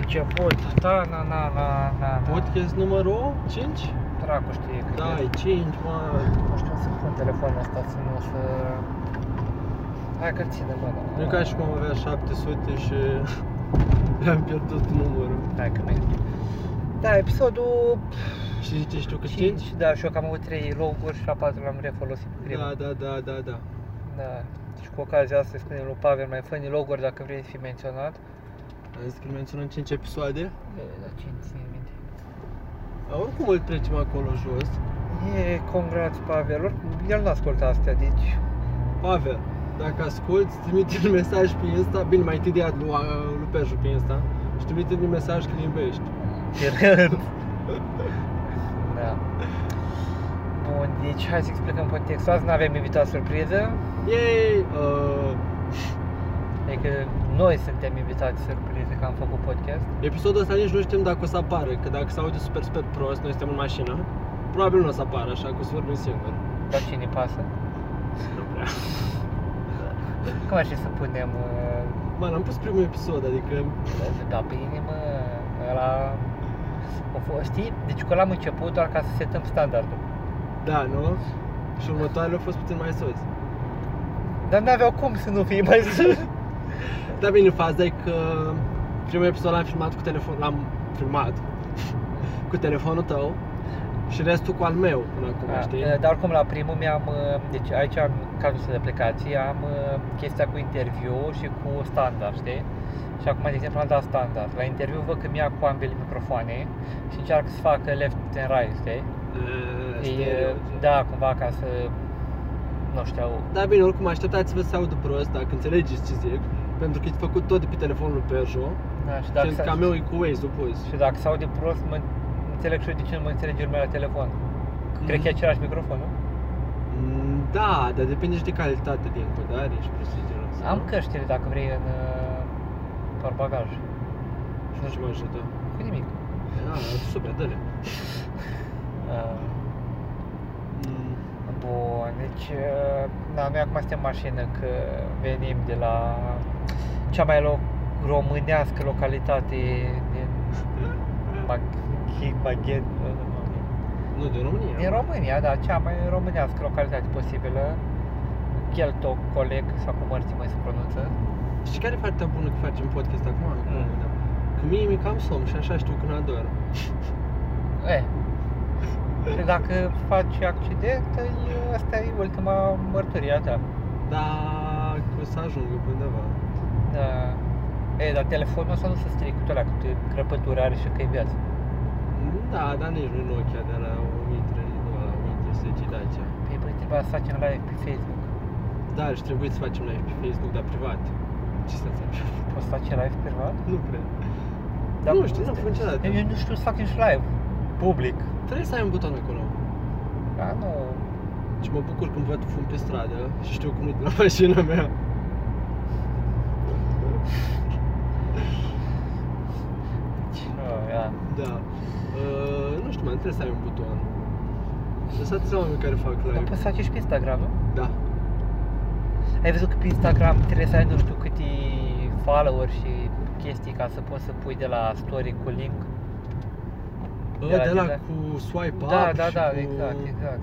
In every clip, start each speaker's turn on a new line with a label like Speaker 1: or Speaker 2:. Speaker 1: început, da, na, na, na, na, na.
Speaker 2: Podcast numărul 5?
Speaker 1: Dracu știe cât
Speaker 2: Da,
Speaker 1: e.
Speaker 2: e 5, mă.
Speaker 1: Nu știu să pun telefonul ăsta să nu să... Hai că ține, mă, da.
Speaker 2: Nu e ca și cum avea 700 și am pierdut numărul.
Speaker 1: Hai că merg. Da, episodul
Speaker 2: Și zice, știu că 5?
Speaker 1: 5, da, și eu că am avut 3 loguri și la 4 l-am refolosit pe greu.
Speaker 2: Da, da, da, da, da.
Speaker 1: da. Și cu ocazia asta îi spunem lui Pavel, mai fă loguri dacă vrei să fii menționat.
Speaker 2: Am zis că menționăm 5 episoade.
Speaker 1: E, Da, cine ține minte.
Speaker 2: A, oricum îl trecem acolo jos.
Speaker 1: E, congrați Pavel, oricum, el nu ascultă astea, deci...
Speaker 2: Pavel, dacă asculti, trimite un mesaj pe Insta. Bine, mai întâi de a lui a- lui Peju pe Insta. Și trimite un mesaj că îl iubești.
Speaker 1: Pirând. da. Bun, deci hai să explicăm contextul. Azi nu avem invitat surpriză,
Speaker 2: Yay! Uh,
Speaker 1: adică noi suntem invitați surprize că am făcut podcast.
Speaker 2: episodul ăsta nici nu știm dacă o să apară, că dacă se aude super, super prost, noi suntem în mașină, probabil nu o să apară, așa că o să vorbim singur.
Speaker 1: Dar cine pasă?
Speaker 2: Nu prea.
Speaker 1: Cum așa să punem... uh,
Speaker 2: Mă, am pus primul episod, adică
Speaker 1: Da, bine, mă, ăla... O fost, știi? Deci cu ăla am început doar ca să setăm standardul.
Speaker 2: da, nu? Și următoarele au fost puțin mai sus.
Speaker 1: Dar n-aveau cum să nu fie mai sus.
Speaker 2: Dar bine, faza e că primul episod l-am filmat cu telefon, l-am filmat cu telefonul tău și restul cu al meu până acum,
Speaker 1: Da,
Speaker 2: știi?
Speaker 1: Dar oricum la primul mi-am, uh, deci aici am cardusul de plecație, am uh, chestia cu interviu și cu standard, știi? Și acum, de exemplu, am dat standard. La interviu văd că mi-a cu ambele microfoane și încearcă să facă left and right, știi?
Speaker 2: E,
Speaker 1: E,
Speaker 2: stereo.
Speaker 1: da, cumva ca să, nu știu,
Speaker 2: Dar bine, oricum așteptați-vă să audă prost, dacă înțelegeți ce zic, pentru că e făcut tot de pe telefonul Peugeot,
Speaker 1: da, și dacă,
Speaker 2: pentru că
Speaker 1: s-a,
Speaker 2: al meu e cu Waze opus.
Speaker 1: și dacă s-aude prost, mă înțeleg și eu de ce nu mă înțelege lumea la telefon. Cred că e același microfon, nu?
Speaker 2: Mm, Da, dar depinde și de calitate de încodare și preciziune.
Speaker 1: Am căștile, dacă vrei, în uh, bagaj.
Speaker 2: Și nu știu ce mă ajută.
Speaker 1: Cu nimic.
Speaker 2: Da, super, dă-le.
Speaker 1: Uh,
Speaker 2: Mm,
Speaker 1: Bun, deci, uh, da, noi acum suntem în mașină că venim de la cea mai lo- românească localitate din Mag- Maghen,
Speaker 2: Nu, din România.
Speaker 1: din România, da, cea mai românească localitate posibilă, Chelto Coleg, sau cum ar fi mai se pronunță.
Speaker 2: Și care e partea bună că facem podcast acum?
Speaker 1: Mm.
Speaker 2: Că mie mi-e cam somn și așa știu când ador.
Speaker 1: E, și Eh, dacă faci accident, e- asta e ultima mărturie da. a ta.
Speaker 2: Dar o să ajungă pe undeva.
Speaker 1: Da. E, dar telefonul ăsta nu se strică tot la câte crăpături are și că e viață.
Speaker 2: Da, dar nici nu e Nokia de la 1300, la 1300 Dacia.
Speaker 1: Păi băi, trebuia să facem live pe Facebook.
Speaker 2: Da, și trebuie să facem live pe Facebook, dar privat. Ce să facem?
Speaker 1: Poți să faci live privat? Da.
Speaker 2: Nu prea. Dar nu știu, nu funcționează.
Speaker 1: Eu nu știu să facem și live. Public.
Speaker 2: Trebuie să ai un buton acolo.
Speaker 1: Da, nu.
Speaker 2: Și mă bucur când văd fum pe stradă și știu cum e de la mașina mea.
Speaker 1: Nu, da.
Speaker 2: Da. Uh, nu știu, mai trebuie să ai un buton. Lăsați oameni care fac
Speaker 1: Dar
Speaker 2: live.
Speaker 1: poți să faci și pe Instagram, nu?
Speaker 2: Da.
Speaker 1: Ai văzut că pe Instagram trebuie să ai nu știu câte follower și chestii ca să poți să pui de la story cu link.
Speaker 2: Bă,
Speaker 1: De la-
Speaker 2: de la
Speaker 1: de la-
Speaker 2: cu swipe up
Speaker 1: da, da,
Speaker 2: și
Speaker 1: da,
Speaker 2: cu...
Speaker 1: exact, exact.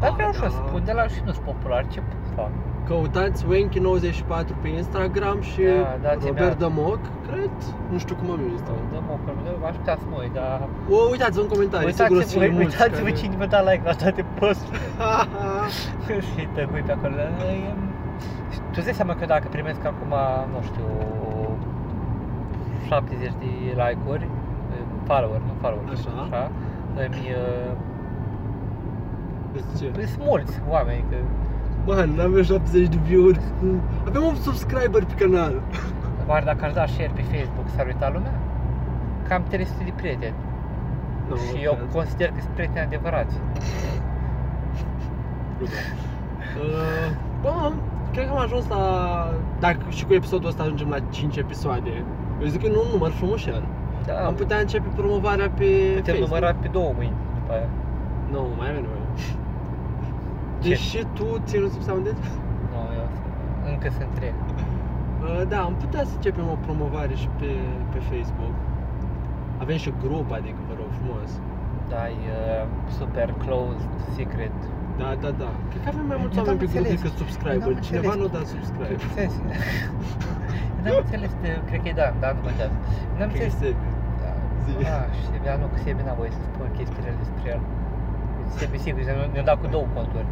Speaker 1: Dar
Speaker 2: Ah,
Speaker 1: vreau și eu
Speaker 2: da.
Speaker 1: să pun de la și nu-s popular, ce fac?
Speaker 2: Căutați Wanky94 pe Instagram și
Speaker 1: Da, dați-mi
Speaker 2: Robert
Speaker 1: ad-
Speaker 2: Dămoc, cred. Nu știu cum am eu Instagram.
Speaker 1: Dăm o problemă, așteptați noi, dar...
Speaker 2: O, uitați-vă în comentarii, sigur o să
Speaker 1: Uitați-vă,
Speaker 2: fie Da, mulți
Speaker 1: uitați-vă
Speaker 2: care-
Speaker 1: cine mi-a dat like la toate posturile. și tăgui pe acolo. E, Tu îți dai seama că dacă primesc acum, nu știu, 70 de like-uri, e, follower, nu follower,
Speaker 2: Așa.
Speaker 1: așa îmi,
Speaker 2: Deci ce?
Speaker 1: e, sunt mulți oameni, că
Speaker 2: Man, n-avem 70 de view-uri. Avem 8 subscriber pe canal.
Speaker 1: oare dacă aș da share pe Facebook s-ar uita lumea? Cam 300 de prieteni
Speaker 2: No,
Speaker 1: și eu consider că sunt prieteni adevărați.
Speaker 2: Uh, bă, am- cred că am ajuns la... Dacă și cu episodul ăsta ajungem la 5 episoade. Eu zic că nu un număr frumușel.
Speaker 1: Da,
Speaker 2: Am putea începe promovarea pe
Speaker 1: putem
Speaker 2: Facebook.
Speaker 1: număra pe două mâini după aia.
Speaker 2: Nu, mai avem nevoie.
Speaker 1: Ce?
Speaker 2: Deci și tu ții nu subsounded?
Speaker 1: Nu, eu sunt- încă sunt trei.
Speaker 2: Uh, Da, am putea să începem o promovare și pe, pe Facebook. Avem și grup, adică vă rog frumos.
Speaker 1: Da, e uh, super closed secret.
Speaker 2: Da, da, da. Cred că avem mai
Speaker 1: Eu
Speaker 2: mulți
Speaker 1: n-am
Speaker 2: oameni pe grup
Speaker 1: înțeles.
Speaker 2: decât
Speaker 1: Eu n-am
Speaker 2: subscriber. Cineva nu
Speaker 1: înțeles.
Speaker 2: da subscribe.
Speaker 1: Sens. N-am înțeles, de- cred că e Dan, Dan, nu contează. N-am
Speaker 2: Cred că
Speaker 1: înțeles
Speaker 2: este- Zi.
Speaker 1: Da, și Sebi, nu, că Sebi n-a voie să spun chestiile despre el. Sebi, sigur, ne- ne-a dat cu două conturi.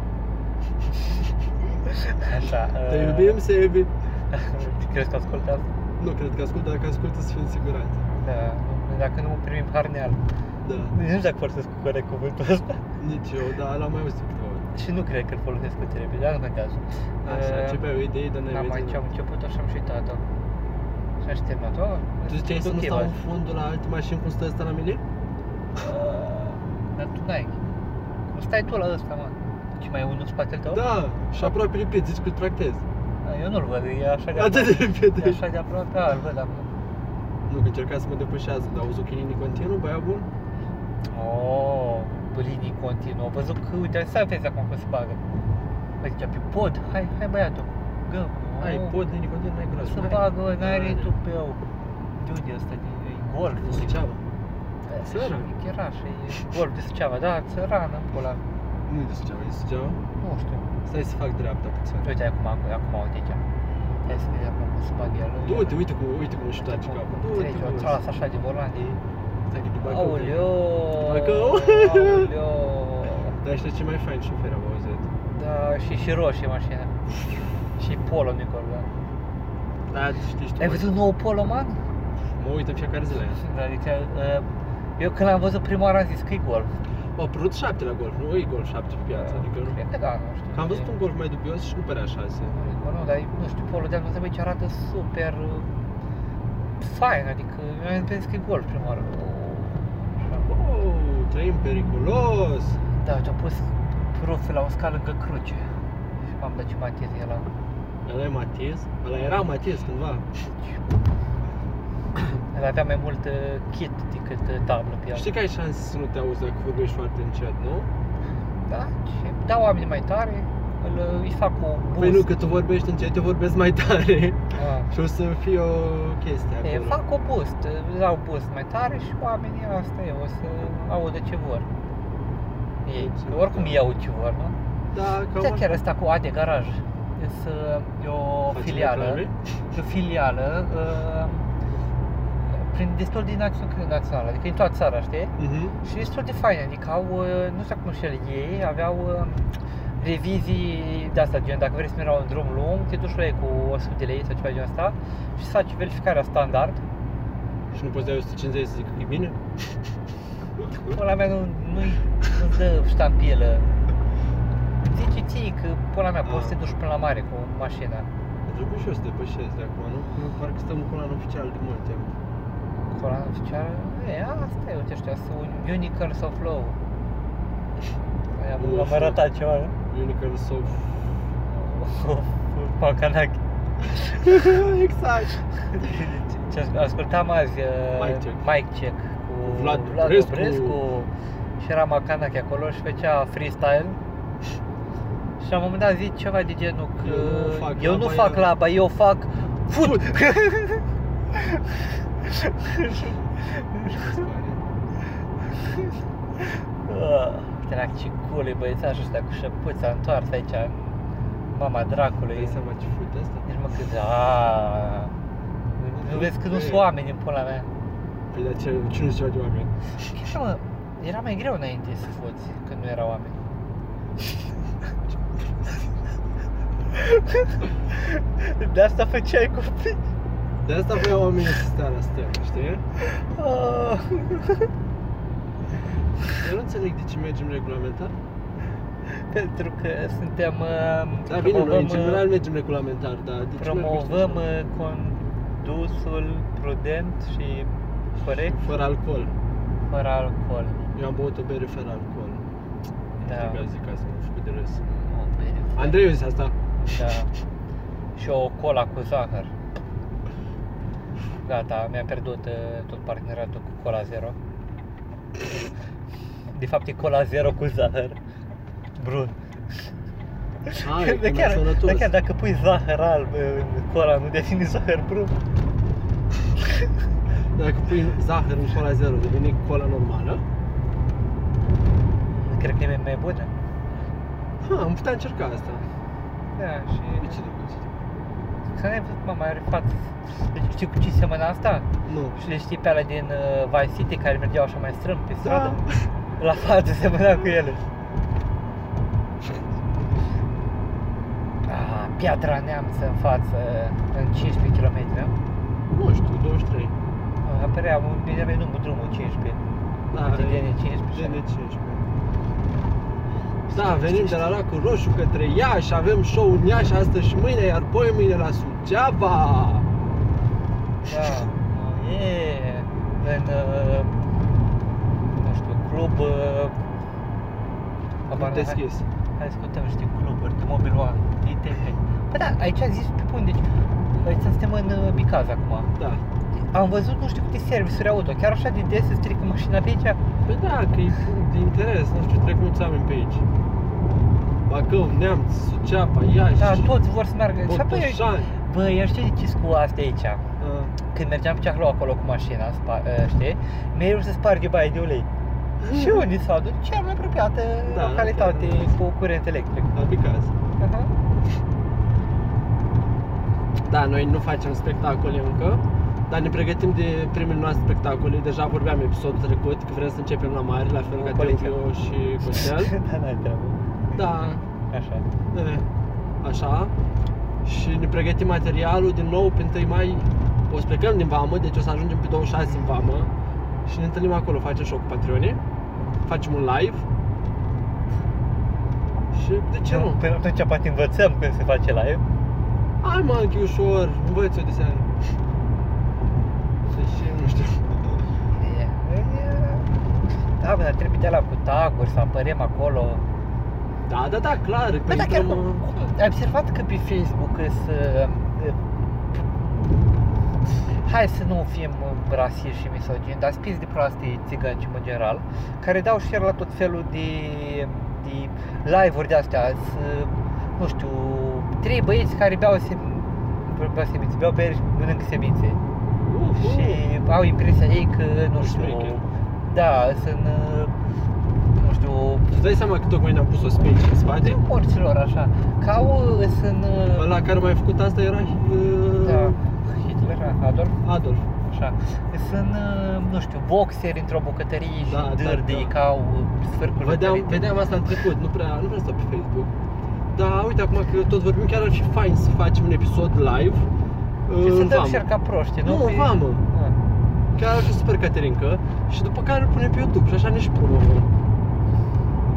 Speaker 1: Așa.
Speaker 2: Te
Speaker 1: uh,
Speaker 2: iubim, Sebi.
Speaker 1: Crezi că ascultă asta?
Speaker 2: Nu cred că ascultă, dacă ascultă să fii în siguranță.
Speaker 1: Da, nu- dacă nu primim harneal.
Speaker 2: Da,
Speaker 1: Nici Deci nu știu dacă folosesc corect cuvântul ăsta.
Speaker 2: nici eu, dar l-am mai auzit de câteva ori.
Speaker 1: Și nu cred că îl folosesc cu trebuie, dar nu contează.
Speaker 2: Așa,
Speaker 1: Uh,
Speaker 2: începeau idei, dar ne
Speaker 1: N-am aici, am
Speaker 2: vedem.
Speaker 1: început-o și am și uitat-o. Și am și terminat-o.
Speaker 2: Tu ziceai să nu
Speaker 1: Ok,
Speaker 2: stau
Speaker 1: bă.
Speaker 2: în fundul la alte mașini cum stă ăsta la mine?
Speaker 1: Dar tu n-ai. Stai tu la ăsta, mă. Ce mai e unul în spatele tău?
Speaker 2: Da, și aproape lipit, zici că îl tractez.
Speaker 1: Da, Eu nu-l văd, e așa de
Speaker 2: Atât de
Speaker 1: E
Speaker 2: repede.
Speaker 1: așa de aproape, a, îl văd acum.
Speaker 2: Nu, că încerca să mă depășească, dar auzul chilinii continuu, băiat bun.
Speaker 1: Ah. Oh, pe linii continuă. Am văzut că, uite, să vezi acum cum se bagă. Bă, zicea, pe pod, hai, hai băiatul. Gă,
Speaker 2: Ai pod Da, de nicotin, n-ai curaj.
Speaker 1: Să
Speaker 2: Hai.
Speaker 1: bagă, n-are
Speaker 2: Hai.
Speaker 1: tupeu. De unde ăsta? De, e golf.
Speaker 2: Nu ziceam.
Speaker 1: Țăra.
Speaker 2: Țăran.
Speaker 1: E chirașă, e golf de Suceava, da, țărană, pula.
Speaker 2: Nu e Suceava, e Suceava.
Speaker 1: Nu știu.
Speaker 2: Stai să fac dreapta puțin.
Speaker 1: Uite, acum, acum, uite aici. Hai să vedem acum cum se bagă el.
Speaker 2: Du-te, uite cum, uite cum își taci
Speaker 1: Uite
Speaker 2: capul.
Speaker 1: cum
Speaker 2: Du-te,
Speaker 1: Trece o
Speaker 2: bă.
Speaker 1: trasă așa de volan de...
Speaker 2: Stai că după acolo.
Speaker 1: Aoleo!
Speaker 2: Bacău.
Speaker 1: Aoleo!
Speaker 2: Dar știi ce mai fain șofer am auzit?
Speaker 1: Da, și, și roșie mașina. și polo micul, da.
Speaker 2: Da, știi, știi.
Speaker 1: Ai văzut nou polo, man?
Speaker 2: Mă uit în fiecare zi la ea.
Speaker 1: Da, deci, uh, eu când l-am văzut prima oară am zis că e golf.
Speaker 2: Au apărut șapte la golf, nu e golf șapte pe piață, adică nu.
Speaker 1: Cred că da, nu știu.
Speaker 2: Că am văzut un golf mai dubios și nu părea șase.
Speaker 1: Bă, Nu, dar e- nu știu, polo de anul ce arată super uh, fain, adică eu am zis că e golf prima oară. Așa.
Speaker 2: Wow, trăim periculos!
Speaker 1: Da, și-a pus profil la o scală lângă cruce. Și m-am dat ce matez el la...
Speaker 2: Ăla e Matiz? Ăla era Matiz cândva.
Speaker 1: El avea mai mult uh, kit decât uh, tablă pe el.
Speaker 2: Știi că ai șanse să nu te auzi dacă vorbești foarte încet, nu?
Speaker 1: Da, ce? Da, oamenii mai tare, îl, uh, îi fac o boost.
Speaker 2: Păi nu, că tu vorbești încet, eu vorbesc mai tare.
Speaker 1: A.
Speaker 2: Și o să fie o chestie
Speaker 1: E,
Speaker 2: acolo.
Speaker 1: fac o boost, îi dau boost mai tare și oamenii asta e, o să audă ce vor. Ei,
Speaker 2: Mulțumesc,
Speaker 1: că oricum
Speaker 2: da.
Speaker 1: ei aud ce vor, nu?
Speaker 2: Da,
Speaker 1: Da,
Speaker 2: cam
Speaker 1: chiar asta cu AD Garaj. Este e o
Speaker 2: Facem
Speaker 1: filială,
Speaker 2: reclame?
Speaker 1: e o filială, uh, prin destul de națională, națională, adică în toată țara, știi?
Speaker 2: Mhm.
Speaker 1: Și destul de faine, adică au, uh, nu știu cum și el, ei aveau uh, revizii de asta, gen dacă vrei să mergi la un drum lung, te duci la ei cu 100 de lei sau ceva de genul ăsta și să faci verificarea standard.
Speaker 2: Și nu poți da 150 să zic că e bine?
Speaker 1: Pula mea nu, nu-i, nu-ți dă ștampilă. Zici ții că pula mea poți să te
Speaker 2: Ah.
Speaker 1: duci până la mare cu mașina.
Speaker 2: Trebuie și eu să depășesc de acum, nu? Că Parcă stăm în coloană oficial de mult timp.
Speaker 1: Coloana oficială, e, asta e, uite ăștia, sunt unicorn sau flow. Aia,
Speaker 2: Nu
Speaker 1: Păi, am
Speaker 2: știu.
Speaker 1: arătat ceva, nu?
Speaker 2: Unicorn Soft.
Speaker 1: Pacanache.
Speaker 2: exact!
Speaker 1: Ce as- ascultam azi uh,
Speaker 2: Mic Check.
Speaker 1: Mic Check cu
Speaker 2: Vlad
Speaker 1: Vlad
Speaker 2: Dobrescu.
Speaker 1: Dobrescu și era Macanache acolo și făcea freestyle. Și la un moment dat zice ceva de genul că
Speaker 2: Eu nu fac
Speaker 1: eu nu
Speaker 2: laba,
Speaker 1: fac
Speaker 2: eu-
Speaker 1: laba, eu fac fut. Crac, Ă, ce cool e băiețașul ăsta cu șăpuța întoarsă aici în mama dracului.
Speaker 2: Dai seama ce fut asta?
Speaker 1: Nici mă gândesc, aaa, nu vezi că nu sunt oameni în pula mea.
Speaker 2: Păi de ce, ce nu ziceau de oameni?
Speaker 1: Cred că, mă, era mai greu înainte să fuți când nu erau oameni. De asta făceai copii.
Speaker 2: De asta voiau oamenii să stea la stea, știi?
Speaker 1: Ah.
Speaker 2: Eu nu înțeleg de ce mergem regulamentar.
Speaker 1: Pentru că suntem... uh,
Speaker 2: Da, bine, noi în
Speaker 1: uh,
Speaker 2: general mergem regulamentar, dar de ce
Speaker 1: promovăm
Speaker 2: mergem
Speaker 1: uh, condusul prudent și corect
Speaker 2: așa? Fără alcool.
Speaker 1: fără alcool.
Speaker 2: Eu am băut o bere fără alcool.
Speaker 1: Da.
Speaker 2: Trebuia să zic asta, m-am făcut de râs.
Speaker 1: O bere fără-
Speaker 2: Andrei a zis asta.
Speaker 1: Da. Și o cola cu zahăr. Gata, mi-am pierdut uh, tot parteneriatul cu Cola Zero. De fapt e Cola Zero cu zahăr. Brun.
Speaker 2: Hai,
Speaker 1: de
Speaker 2: cum
Speaker 1: chiar,
Speaker 2: sănătos.
Speaker 1: de chiar da. dacă pui zahăr alb în cola, nu devine zahăr brun.
Speaker 2: Dacă pui zahăr în cola zero, devine cola normală.
Speaker 1: Cred că e mai bună.
Speaker 2: Ha, am putea încerca asta.
Speaker 1: Da, și...
Speaker 2: De ce nu? De ce nu?
Speaker 1: Că n-ai văzut, mă, mai are față. Deci știi cu ce seamănă asta?
Speaker 2: Nu.
Speaker 1: Și le știi pe alea din uh, Vice City care mergeau așa mai strâmb pe
Speaker 2: Da.
Speaker 1: stradă? La față seamănă cu ele. Ah, Piatra Neamță în față, în 15 km. nu?
Speaker 2: Nu știu, 23.
Speaker 1: Apărea un bine venit numărul drumul 15.
Speaker 2: Da,
Speaker 1: Uite,
Speaker 2: e-
Speaker 1: DN15.
Speaker 2: DN15. Da, venim de la Lacul Roșu către Iași, avem show în Iași astăzi și mâine, iar poi mâine la Suceava.
Speaker 1: Da. E în, uh, nu știu, club... Uh, habar n-am, hai-
Speaker 2: Deschis.
Speaker 1: Hai să căutăm niște cluburi de mobil one, de ITV. Păi da, aici am zis pe bun, deci aici suntem în uh, Bicaz acum.
Speaker 2: Da.
Speaker 1: Am văzut nu știu câte servisuri auto, chiar așa de des se strică mașina pe aici.
Speaker 2: Păi da, că e de interes, nu știu, trec mulți oameni pe aici. Bacău, Neamț, Suceava, Iași,
Speaker 1: Da, toți vor să meargă. Și apoi,
Speaker 2: Botoșani.
Speaker 1: bă, eu știu de ce cu astea aici.
Speaker 2: Ah.
Speaker 1: Când mergeam pe Ceahlău acolo cu mașina, spa, uh, știi, mereu se sparge baie de ulei. Și unii s-au dus, cea mai apropiată
Speaker 2: Da,
Speaker 1: localitate
Speaker 2: chiar.
Speaker 1: cu curent electric.
Speaker 2: La Bicaz.
Speaker 1: Aha.
Speaker 2: Da, noi nu facem spectacole încă, dar ne pregătim de primele noastre spectacole. Deja vorbeam episodul trecut că vrem să începem la mari, la fel
Speaker 1: Cu
Speaker 2: ca
Speaker 1: Colica.
Speaker 2: Teofio și Costel.
Speaker 1: da, n-ai treabă.
Speaker 2: Da,
Speaker 1: Așa.
Speaker 2: e, așa. Și ne pregătim materialul din nou pe 1 mai. O să plecăm din vamă, deci o să ajungem pe 26 în vamă și ne întâlnim acolo, facem show cu Patreonii, facem un live. Și de ce nu?
Speaker 1: Până atunci poate învățăm cum se face live.
Speaker 2: Hai mă, închei ușor, învăț eu de seară. Deși, nu știu.
Speaker 1: E, e- Da, bă, dar trebuie de la cu taguri să apărem acolo.
Speaker 2: Da, da, da, clar.
Speaker 1: Bă, dar
Speaker 2: pentru
Speaker 1: Păi chiar
Speaker 2: mă-
Speaker 1: cum? Ai observat că pe Facebook să... Hai să nu fim uh, rasiști și misogini, dar spiți de proastii țigănci în general, care dau share la tot felul de, de live-uri de astea, să, nu știu, trei băieți care beau, se, beau semințe, beau beri și mănâncă semințe.
Speaker 2: Uf, uf.
Speaker 1: și au impresia ei că, nu știu,
Speaker 2: Șmecher.
Speaker 1: da, sunt, uh, nu știu,
Speaker 2: Îți dai seama că tocmai ne-am pus o speech în spate?
Speaker 1: porților așa, că au, uh, sunt, uh,
Speaker 2: Ăla care mai făcut asta era uh,
Speaker 1: da, Hitler, Adolf,
Speaker 2: Adolf.
Speaker 1: așa, sunt, uh, nu știu, boxeri într-o bucătărie și
Speaker 2: Da, da,
Speaker 1: da, dârdii,
Speaker 2: da.
Speaker 1: da. ca au uh, sfârcuri
Speaker 2: Vedeam,
Speaker 1: diferite.
Speaker 2: vedeam asta în trecut, nu prea, nu prea stau pe Facebook. Dar uite, acum că tot vorbim, chiar ar fi fain să facem un episod live. uh,
Speaker 1: Și
Speaker 2: în
Speaker 1: se dăm
Speaker 2: vamă.
Speaker 1: share ca proști, nu?
Speaker 2: Nu,
Speaker 1: Pe-
Speaker 2: în vamă.
Speaker 1: Da.
Speaker 2: Chiar ar fi super, Caterinca. Și după care îl punem pe YouTube și așa ne și promovăm.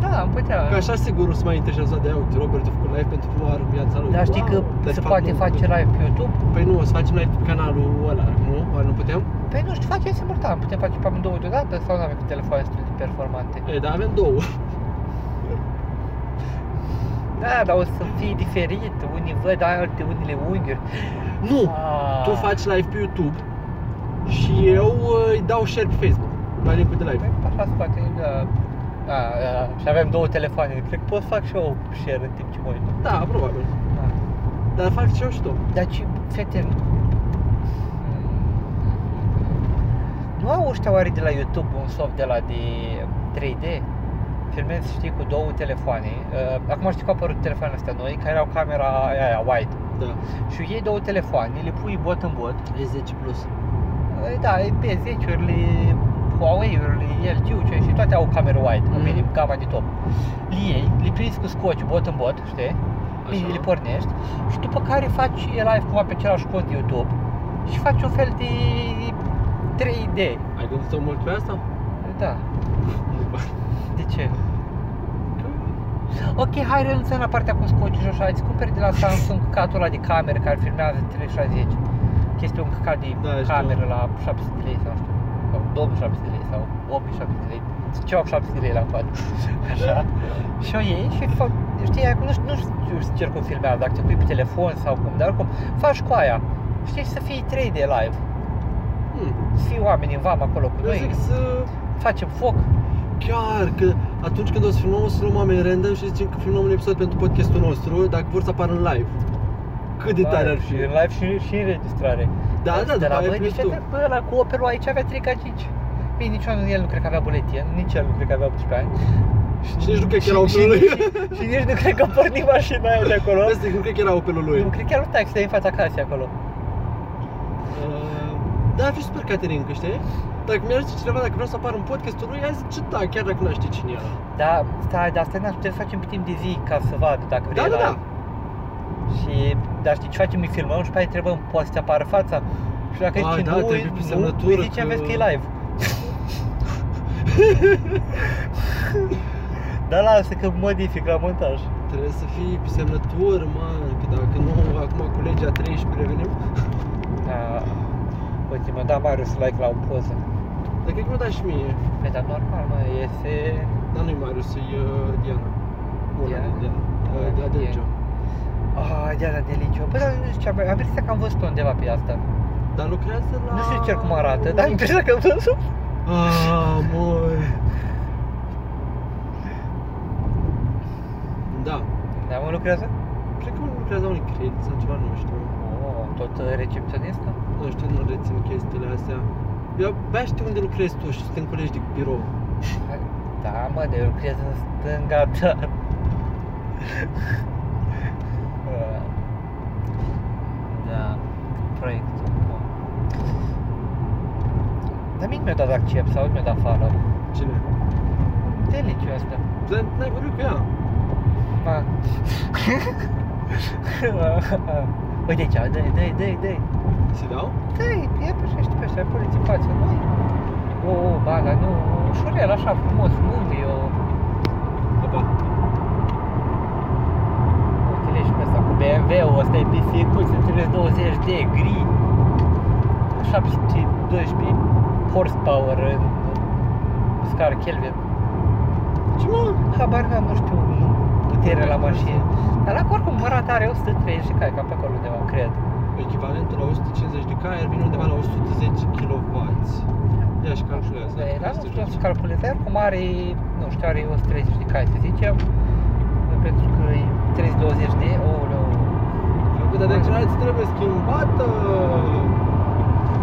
Speaker 1: Da, am putea.
Speaker 2: Că așa sigur o să mai interesează de uite, Robert a făcut live pentru prima oară în viața lui.
Speaker 1: Dar știi
Speaker 2: Wow! deci
Speaker 1: că
Speaker 2: Dar
Speaker 1: se
Speaker 2: de fapt
Speaker 1: poate
Speaker 2: nu.
Speaker 1: face live pe YouTube?
Speaker 2: Păi nu, o să facem live pe canalul ăla, nu? Oare nu putem?
Speaker 1: Păi nu știu, facem simultan, putem face pe amândouă deodată sau nu avem telefoane destul de performante.
Speaker 2: E, dar avem două.
Speaker 1: Da, dar o să fie diferit, unii văd alte, unele unghiuri.
Speaker 2: Nu,
Speaker 1: Ah.
Speaker 2: tu faci live pe YouTube și eu uh, îi dau share pe Facebook la linkul de live.
Speaker 1: Așa se poate, da. A, a, și avem două telefoane, cred că pot să fac și eu share în timp ce mă uit.
Speaker 2: Da, probabil.
Speaker 1: Da.
Speaker 2: Dar fac și eu și tu.
Speaker 1: Dar ce, fete, nu au ăștia oare de la YouTube un soft de la de 3D? Filmezi, știi, cu două telefoane. Uh, Acum știi că au apărut telefoanele astea noi, care au camera aia, aia wide.
Speaker 2: Da.
Speaker 1: Și iei două telefoane, le pui bot în bot
Speaker 2: E 10 plus.
Speaker 1: Ei, Da, e P10-urile, Huawei-urile, LG-urile și toate au cameră wide,
Speaker 2: Mhm.
Speaker 1: mm. minim gama de top. Le iei, le prinzi cu scoci bot în bot, știi?
Speaker 2: Așa.
Speaker 1: Așa. Le pornești și după care faci live cumva pe același cont YouTube și faci un fel de 3D.
Speaker 2: Ai gândit-o mult pe asta?
Speaker 1: Da,
Speaker 2: Nu.
Speaker 1: de ce? Ok, hai renunțăm la partea cu scoci și așa, îți cumperi de la Samsung căcatul ăla de cameră care filmează 360. Chestia un căcat de
Speaker 2: Da, știu.
Speaker 1: cameră la 700 de lei sau nu știu, sau 2700 de lei sau 8700 de lei. Ceva cu 700 de lei la față. Așa. și o iei și fac, știi, acum nu știu, nu știu sincer cum filmează, dacă te pui pe telefon sau cum, dar oricum, faci cu aia. Știi, să fii 3D live,
Speaker 2: Hmm.
Speaker 1: să fii oameni în vamă acolo cu
Speaker 2: Eu
Speaker 1: noi,
Speaker 2: zic să...
Speaker 1: facem foc.
Speaker 2: Chiar că atunci când o să filmăm, o să luăm oameni random și zicem că filmăm un episod pentru podcastul nostru, dacă vor să apară în live. Cât de tare ar fi.
Speaker 1: Și în live și, și înregistrare.
Speaker 2: Da, da,
Speaker 1: de
Speaker 2: după
Speaker 1: la
Speaker 2: aia
Speaker 1: băi,
Speaker 2: prinzi
Speaker 1: deci
Speaker 2: tu.
Speaker 1: bă, ăla cu Opelul aici avea 3 gagici. Bine, nici unul el nu cred că avea buletin, nici el nu cred că avea 18 ani.
Speaker 2: Și nici nu cred că
Speaker 1: Și-
Speaker 2: era
Speaker 1: și-
Speaker 2: Opelul lui.
Speaker 1: și- Și nici nu cred că porni mașina aia de acolo.
Speaker 2: Asta e, nu cred că era Opelul lui.
Speaker 1: Nu, cred că era un taxi de în fața casei acolo.
Speaker 2: Uh, Da, ar fi super Caterin, că știi? Dacă mi-ar zice cineva dacă vreau să apar în podcastul lui, ea zice da, chiar dacă nu știi cine e ăla.
Speaker 1: Da, stai, dar stai, n-aș putea să facem pe timp de zi ca să vadă dacă vrei
Speaker 2: Da, da,
Speaker 1: la-
Speaker 2: da.
Speaker 1: Și, dar știi ce facem? Îi filmăm și pe aia îi întrebăm, poate să te apară fața? Și dacă
Speaker 2: Ah,
Speaker 1: zice
Speaker 2: da,
Speaker 1: nu,
Speaker 2: trebuie pe
Speaker 1: nu,
Speaker 2: semnătură
Speaker 1: îi zicem,
Speaker 2: că-
Speaker 1: vezi că e live. Dar Da, lasă că modific la montaj.
Speaker 2: Trebuie să fii pe semnătură, mă, că dacă nu, acum cu legea 13 revenim.
Speaker 1: Da. Uite, mi-a dat Marius like la o poză.
Speaker 2: Dar cred că mi-o da și mie.
Speaker 1: Păi, dar normal, mă, iese...
Speaker 2: Dar nu-i Marius, e uh, Diana. Una
Speaker 1: Diana.
Speaker 2: din Diana. Uh, de
Speaker 1: Ah,
Speaker 2: Adelgeo.
Speaker 1: Ah, Diana Delicio. Păi, dar nu știu ce, am am impresia că am văzut undeva pe asta.
Speaker 2: Dar lucrează la...
Speaker 1: Nu știu ce cum arată, dar am impresia că am văzut.
Speaker 2: Ah, măi. Da.
Speaker 1: Da, mă lucrează?
Speaker 2: Cred că lucrează la Unicredit sau ceva, nu știu.
Speaker 1: Oh, tot uh, recepționistă?
Speaker 2: Nu știu, nu rețin chestiile astea. Eu abia știu unde lucrezi tu și suntem colegi de birou.
Speaker 1: Da, mă, de eu lucrez în stânga, da. Uh, da, proiectul. mă. Dar mie nu mi-a dat accept sau nu mi-a dat follow.
Speaker 2: Cine?
Speaker 1: Deliciu asta.
Speaker 2: Dar n-ai vorbit cu ea.
Speaker 1: Ma. Uite aici, dă-i, dă-i, dă-i, dă-i.
Speaker 2: Se dau?
Speaker 1: Dă-i, ia pe ăștia, pe ăștia, puneți în față, nu O, o, ba, dar nu, ușurel, așa, frumos, movie, o...
Speaker 2: Apa.
Speaker 1: Uite și pe asta cu BMW-ul, ăsta e PC-ul, se trebuie 20 de gri, 712 horsepower în scară Kelvin.
Speaker 2: Ce mă?
Speaker 1: Habar n-am, nu știu, putere la mașină. Dar la oricum, rata are 130 și cai, cam pe acolo undeva, cred.
Speaker 2: Echivalentul la 150 de cai ar vine undeva la 110 kW. Ia și calculează.
Speaker 1: Da, Era, nu știu, să
Speaker 2: 110.
Speaker 1: calculez, dar oricum are, nu știu, are 130 de cai, să zicem, pentru că e 320 de, ouleu,
Speaker 2: Făcută de același trebuie schimbată.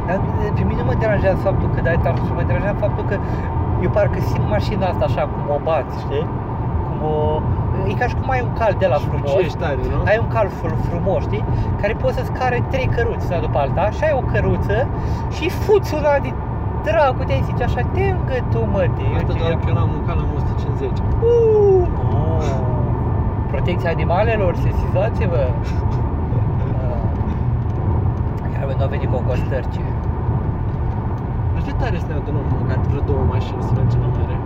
Speaker 1: Dar pe mine nu mă deranjează faptul că dai tarsul, mă deranjează faptul că eu parcă simt mașina asta așa cum o bați, știi? Cum o... E ca și cum ai un cal de la
Speaker 2: Și cu
Speaker 1: frumos.
Speaker 2: ce ești tare, nu?
Speaker 1: Ai un cal fr- frumos, știi? Care poți să-ți care trei căruți una după alta și ai o căruță și fuți una de dracu, te zici așa, te îngătu mă, te
Speaker 2: Atât doar că eu n-am un cal, am 150.
Speaker 1: Uuu! Oh. Protecția animalelor, sesizați-vă! Ah. Iar bă, nu a venit cu o costărci.
Speaker 2: Ar fi tare să ne adunăm măcar vreo două mașini să mergem la mare.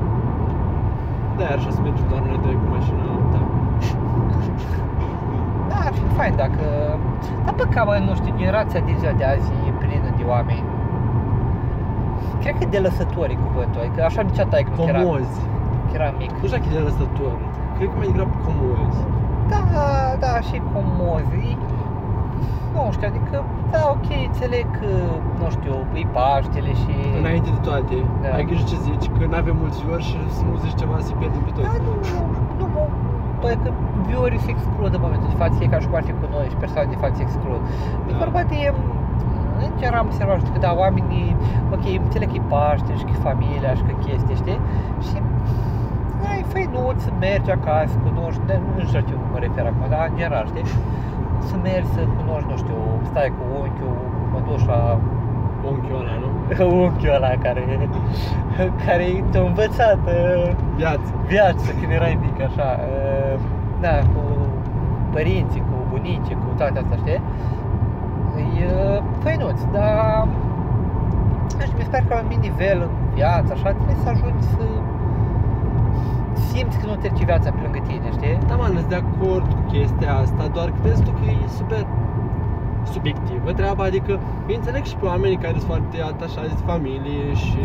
Speaker 2: Da, așa să mergem doar noi doi cu mașina alta.
Speaker 1: Da, ar fi fain dacă... Dar bă, cam, nu știu, generația de ziua de azi e plină de oameni. Cred că de lăsători e cuvântul, adică așa mi-a taică când eram,
Speaker 2: Comozi.
Speaker 1: când eram mic.
Speaker 2: Nu știu dacă e răsător. Cred că mai degrabă comozi.
Speaker 1: Da, da, și comozi. Nu știu, adică, da, ok, înțeleg că, nu știu, e Paștele și...
Speaker 2: Înainte de toate,
Speaker 1: Mm. Da.
Speaker 2: ai grijă ce zici, că n-avem mulți ori și să nu zici ceva să-i pierdem pe
Speaker 1: Da,
Speaker 2: toți.
Speaker 1: nu, nu, nu, mă- Păi că viorii se exclud în momentul de față, e ca și cum ar fi cu noi și persoane de față se exclud. E
Speaker 2: Da.
Speaker 1: vorba de... mm, În general am observat știu că da, oamenii, ok, înțeleg că e Paște și că e familia și că chestii, știi? Și da, e făinuț să mergi acasă, cunoști, de- nu știu la ce mă refer acum, dar în general, știi? Să mergi să cunoști, nu știu, stai cu unchiul, mă duci la
Speaker 2: Unchiul ăla, nu?
Speaker 1: unchiul ăla care, care te-a învățat uh,
Speaker 2: Viață.
Speaker 1: viață când erai mic, așa, uh, da, cu părinții, cu bunicii, cu toate astea, știi? E uh, făinuț, dar nu știu, mi se pare că la un nivel în viață, așa, trebuie să ajungi să simți că nu trece viața pe lângă tine, știi?
Speaker 2: Da, mă, sunt de acord cu chestia asta, doar că vezi tu că e super subiectivă treaba, adică îi înțeleg și pe oamenii care sunt foarte atașați de familie și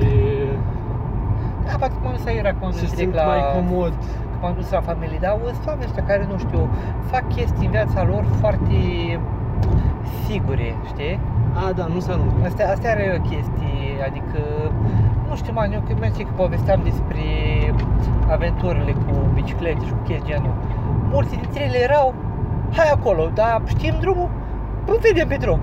Speaker 1: Da, poate cum am dus aici acum,
Speaker 2: se
Speaker 1: direct
Speaker 2: simt
Speaker 1: la,
Speaker 2: mai comod.
Speaker 1: cum am dus la familie, dar sunt oameni ăștia care, nu știu, fac chestii în viața lor foarte sigure, știi?
Speaker 2: A, da, nu s-a lungit.
Speaker 1: Astea, astea are o chestie, adică, nu știu, man, eu când merge că povesteam despre aventurile cu biciclete și cu chestii genul, mulți dintre ele erau, hai acolo, dar știm drumul? Nu vedem pe drum.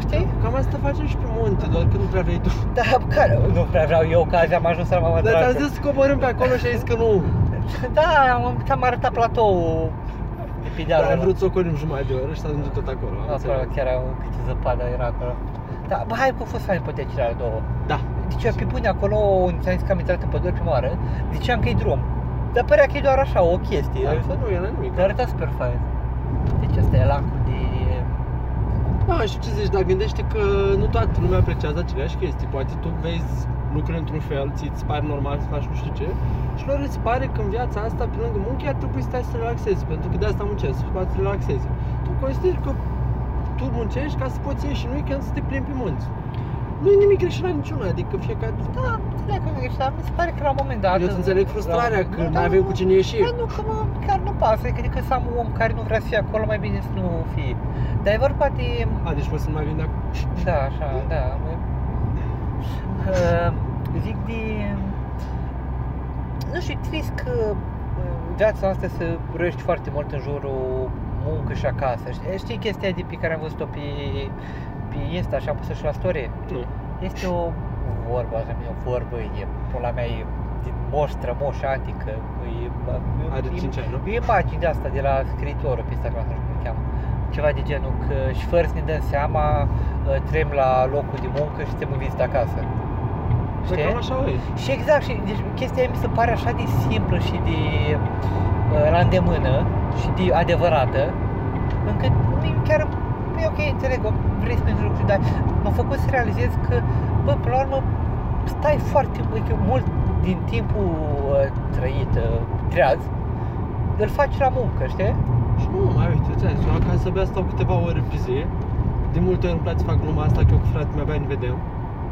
Speaker 1: Știi?
Speaker 2: Cam asta facem și pe munte,
Speaker 1: Da.
Speaker 2: doar că nu prea vrei tu.
Speaker 1: Dar care, nu prea vreau eu, că azi am ajuns să mă
Speaker 2: Dar Da, ți-am zis să coborâm pe acolo și ai zis că nu.
Speaker 1: Da, am, am arătat platoul de pe
Speaker 2: Dar
Speaker 1: dealul
Speaker 2: am
Speaker 1: ăla.
Speaker 2: vrut să ocolim jumătate de oră și să ajungem tot acolo. am
Speaker 1: Acolo
Speaker 2: înțeles.
Speaker 1: chiar au câte zăpadă era acolo. Da, bă, hai că au fost fain pe cele ale două.
Speaker 2: Da.
Speaker 1: Deci pe bune acolo, unde ți-am zis că am intrat în pădure prima oară, ziceam că e drum. Dar părea că e doar așa, o chestie.
Speaker 2: Dar să nu era nimic.
Speaker 1: Dar arăta super fain. Deci asta e lacul de...
Speaker 2: Da, și ce zici, dar gândește că nu toată lumea apreciază aceleași chestii. Poate tu vezi lucruri într-un fel, ți se pare normal să faci nu știu ce, și lor îți pare că în viața asta, pe lângă muncă, ar trebui să stai să te relaxezi, pentru că de asta muncesc, să poți să te relaxezi. Tu consideri că tu muncești ca să poți ieși în weekend să te plimbi pe munți. Nu e nimic greșit la niciuna, adică fiecare...
Speaker 1: Da, înțeleg că nu ești, dar mi se pare că la un moment dat...
Speaker 2: Eu îți înțeleg frustrarea
Speaker 1: Da,
Speaker 2: că nu avem cu cine ieși.
Speaker 1: Dar nu, că mă, chiar nu pasă, adică decât să am un om care nu vrea să fie acolo, mai bine să nu fie. Dar e vorba de
Speaker 2: A, deci poți să nu mai vin de acum.
Speaker 1: Da, așa, da. Uh, zic de... Nu știu, e trist că uh, viața asta se răști foarte mult în jurul muncă și acasă. Știi- Știi chestia de pe care am văzut-o pe, pe Insta și am pus-o și la story?
Speaker 2: Nu.
Speaker 1: Este o vorbă, așa mie, o vorbă, e, pula mea, e din moștră, moș antică, e,
Speaker 2: Are
Speaker 1: e-
Speaker 2: 5 ani, nu?
Speaker 1: E imagini de asta de la scriitorul pe Instagram, nu știu cum îl cheamă. Ceva de genul că și fără să ne dăm seama, uh, trem la locul de muncă și suntem în vizită acasă.
Speaker 2: Păi
Speaker 1: Știi?
Speaker 2: cam așa e.
Speaker 1: Și exact, și deci chestia aia mi se pare așa de simplă și de uh, la îndemână și de adevărată, încât mie chiar e ok, înțeleg, o vrei să mergi lucruri, dar m-a făcut să realizez că, bă, până la urmă, stai foarte adică, mult din timpul uh, trăit, uh, treaz, îl faci la muncă, știi?
Speaker 2: Și nu, mai uite, ți-am zis, eu acasă abia stau câteva ore pe zi. De multe ori îmi place să fac gluma asta, că eu cu fratele meu abia ne vedem.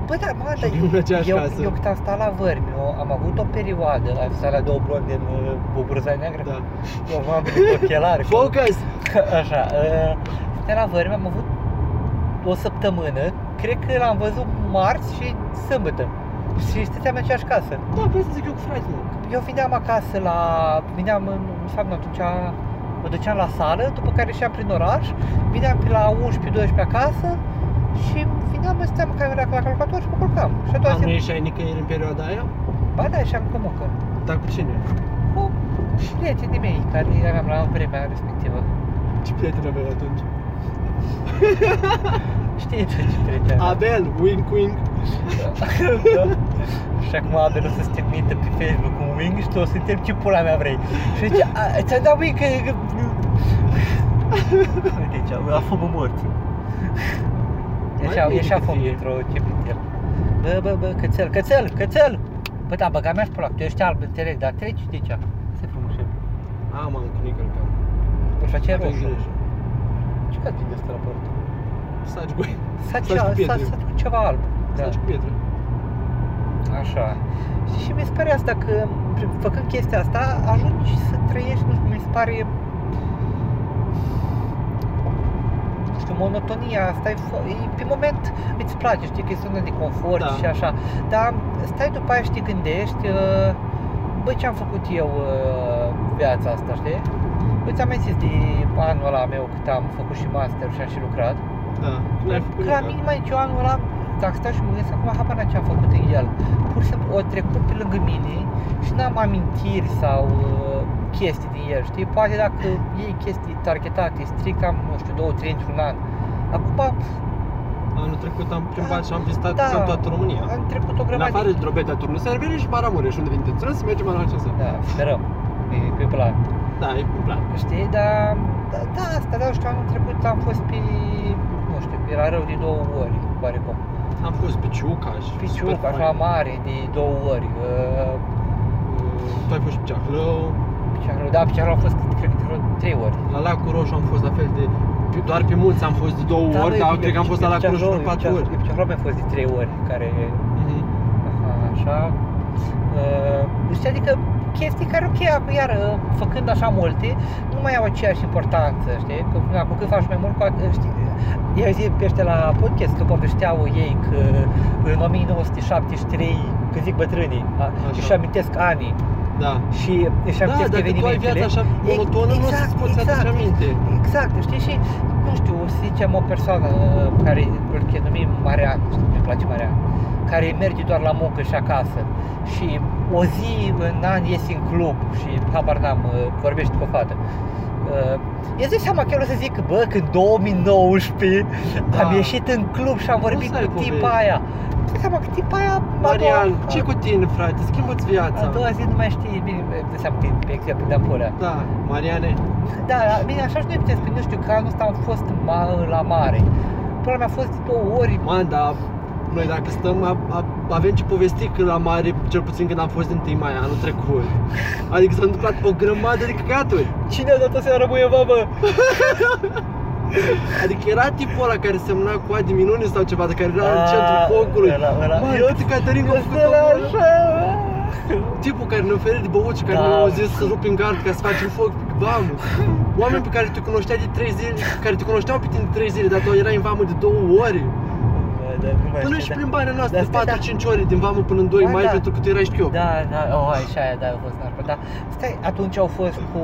Speaker 1: Bă, da, mă,
Speaker 2: Și
Speaker 1: dar
Speaker 2: din aceeași
Speaker 1: eu,
Speaker 2: casă.
Speaker 1: eu, eu cât am stat la vârmi, eu am avut o perioadă, am stat la două blonde în uh, Buburza Neagră,
Speaker 2: Da.
Speaker 1: eu m-am prin ochelari. cu-
Speaker 2: Focus!
Speaker 1: Așa, uh, stăteam la vârme, am avut o săptămână, cred că l-am văzut marți și sâmbătă. Și stăteam în aceeași casă.
Speaker 2: Da, pe asta zic eu cu fratele meu.
Speaker 1: Eu vineam acasă la... Vineam în... Înseamnă, atunci mă duceam la sală, după care ieșeam prin oraș, vineam pe la 11-12 acasă și vineam, mă stăteam în camera la calculator și mă culcam. Și
Speaker 2: Dar
Speaker 1: atunci...
Speaker 2: nu
Speaker 1: Am...
Speaker 2: ieșeai nicăieri în perioada aia?
Speaker 1: Ba da, ieșeam cu muncă.
Speaker 2: Dar cu cine?
Speaker 1: Cu prietenii mei care aveam la vremea respectivă.
Speaker 2: Ce prieten aveai atunci?
Speaker 1: Da. Știi tu ce prieteni? aveam.
Speaker 2: Abel, wink wink.
Speaker 1: Și acum Abel o să stârnită pe Facebook un wing și tu o să întrebi ce pula mea vrei. Și zice, "A, ți-am dat wing că... că- Deci, a a fumul morții. Ieșea,
Speaker 2: bine
Speaker 1: ieșea
Speaker 2: că
Speaker 1: fum
Speaker 2: fie.
Speaker 1: dintr-o cepitel. Bă, bă, bă, cățel, cățel, cățel! Bă, da, băga mea și pula, tu ești alb, înțeleg, dar treci de ce? Se frumușe.
Speaker 2: A, m-am cunică în cap.
Speaker 1: Nu știu, ce e
Speaker 2: Aveai
Speaker 1: roșu.
Speaker 2: grijă.
Speaker 1: Ce că din asta la port?
Speaker 2: Saci goi.
Speaker 1: S-a
Speaker 2: Saci
Speaker 1: cea-
Speaker 2: cu pietre.
Speaker 1: s-a- s-a făcut ceva alb. Da.
Speaker 2: Saci cu pietre.
Speaker 1: Așa. Și, și mi se pare asta că prin- făcând chestia asta ajungi să trăiești, nu știu, mi se pare nu știu, monotonia asta e, fo- e, pe moment îți place, știi, că e zonă de confort
Speaker 2: Da.
Speaker 1: și așa, dar stai după aia și te gândești, uh, bă, ce am făcut eu uh, viața asta, știi? Eu ți-am mai zis de anul ăla meu cât am făcut și master și am și lucrat.
Speaker 2: Da. Nu ai făcut
Speaker 1: Păi, Că la
Speaker 2: nimic.
Speaker 1: mine mai Joanul ăla, dacă stau și mă gândesc acum, habar n-am ce a făcut în el. Pur și simplu o trecut pe lângă mine și n-am amintiri sau uh, chestii din el, știi? Poate dacă iei chestii targetate, strict am, nu știu, două, trei într-un an. Acum
Speaker 2: Anul trecut am plimbat și am vizitat
Speaker 1: Da.
Speaker 2: cam toată România.
Speaker 1: am trecut o
Speaker 2: În
Speaker 1: grămadă.
Speaker 2: afară de Drobeta, Turnul Serbere și Maramureș, unde vin intenționat să mergem anul acesta.
Speaker 1: Da, sperăm. E pe plan.
Speaker 2: Da, e un plan.
Speaker 1: Știi, dar da, da, asta, da, știu, anul trecut am fost pe, nu știu, era rău de două ori, oarecum.
Speaker 2: Am fost pe Ciuca și
Speaker 1: Piciuc,
Speaker 2: super
Speaker 1: așa
Speaker 2: fain.
Speaker 1: mare, de două ori. Uh,
Speaker 2: Tu ai fost pe Ceahlău,
Speaker 1: piciorul, da, piciorul a fost, cred că, de vreo trei ori.
Speaker 2: la Lacul Roșu am fost la fel de... Doar pe munți am fost de două
Speaker 1: Da,
Speaker 2: ori, dar cred că am fost la Lacul Roșu de patru ori.
Speaker 1: Piciorul a fost de 3 ori, care,
Speaker 2: Mhm.
Speaker 1: aha, așa, Uh, știi, adică chestii care, ok, acum iar uh, făcând așa multe, nu mai au aceeași importanță, știi? Că, na, cu cât faci mai mult, cu atât, știi? Eu zic pe ăștia la podcast că povesteau ei că în 1973, că zic bătrânii, a,
Speaker 2: Așa.
Speaker 1: își amintesc anii,
Speaker 2: Da.
Speaker 1: și își
Speaker 2: Da,
Speaker 1: amintesc
Speaker 2: dacă tu ai viața
Speaker 1: evenimentele. Exact,
Speaker 2: așa
Speaker 1: E-
Speaker 2: monotonă, nu o să-ți poți aduce aminte.
Speaker 1: Exact, știi, și nu știu, să zicem o persoană uh, care îl numim Marean, știu, mi place Marean, care merge doar la muncă și acasă și o zi în an iese în club și habar n-am, uh, vorbește cu o fată. Uh, Îți dai seama că el o să zic, bă, că în 2019 am
Speaker 2: Da.
Speaker 1: ieșit în club și am vorbit
Speaker 2: să ai
Speaker 1: cu tipa
Speaker 2: povești.
Speaker 1: aia. Îți dai seama că tipa aia a doua-
Speaker 2: Marian, ce cu tine, frate? Schimbă-ți
Speaker 1: a
Speaker 2: viața.
Speaker 1: doua zi nu mai știi, bine, îmi dai seama că e pe exemplu de apulea.
Speaker 2: Da, Mariane,
Speaker 1: Da, da, bine, așa și noi putem spune, nu știu, că anul ăsta am fost ma- la mare. Până mi-a fost două ori,
Speaker 2: man, da, noi dacă stăm, a, a, avem ce povesti că la mare, cel puțin când am fost în 1 mai anul trecut. Adică s-a întâmplat o grămadă de căcaturi.
Speaker 1: cine a dat să rămâie mamă?
Speaker 2: Adică era tipul ăla care semna cu Adi Minune sau ceva, de care era în
Speaker 1: Ah,
Speaker 2: centrul focului.
Speaker 1: Ăla, ăla.
Speaker 2: Mă,
Speaker 1: Eu
Speaker 2: uite, Caterin, a făcut
Speaker 1: stăla
Speaker 2: omul ăla.
Speaker 1: așa,
Speaker 2: Tipul care ne oferi de băut și care
Speaker 1: Da.
Speaker 2: da. ne-a zis să rup în gard ca să facem foc, vamă. Oameni pe care te cunoșteai de 3 zile, care te cunoșteau pe tine de 3 zile, dar tu erai în vamă de 2 ore.
Speaker 1: Bă, dar nu mai
Speaker 2: Până
Speaker 1: știu,
Speaker 2: și
Speaker 1: da.
Speaker 2: prin banii
Speaker 1: Da,
Speaker 2: noastre,
Speaker 1: stai,
Speaker 2: 4-5 ore din vamă până în 2
Speaker 1: Da,
Speaker 2: mai,
Speaker 1: da.
Speaker 2: pentru că tu erai șchiop.
Speaker 1: Da, da, o, oh, așa e, da, a fost narpa, da. Stai, atunci au fost cu...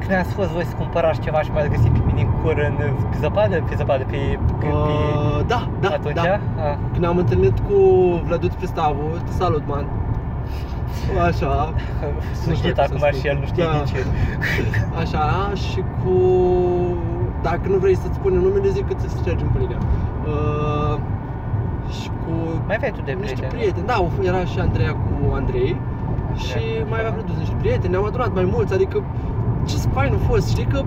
Speaker 1: Când ați fost voi să cumpărați ceva și m-ați găsit pe mine în cur în pe zăpadă, pe zăpadă, pe... pe, pe
Speaker 2: Uh, da, da,
Speaker 1: atunci?
Speaker 2: da.
Speaker 1: Ah.
Speaker 2: Când am întâlnit cu Vlăduț Pristavu, te salut, man. Așa,
Speaker 1: Nu știu
Speaker 2: știu cum
Speaker 1: acum
Speaker 2: să
Speaker 1: și
Speaker 2: spun.
Speaker 1: el, nu știe
Speaker 2: Da.
Speaker 1: nici el.
Speaker 2: așa, și cu... Dacă nu vrei să-ți spunem numele, zic că ți ștergem pe linia. Uh, și cu
Speaker 1: Mai aveai tu de
Speaker 2: niște
Speaker 1: prieteni?
Speaker 2: prieteni. Da, au- era și Andreea cu Andrei. Și mai
Speaker 1: da.
Speaker 2: aveam produs niște prieteni, ne-am adunat mai mulți, adică ce fain a fost, știi că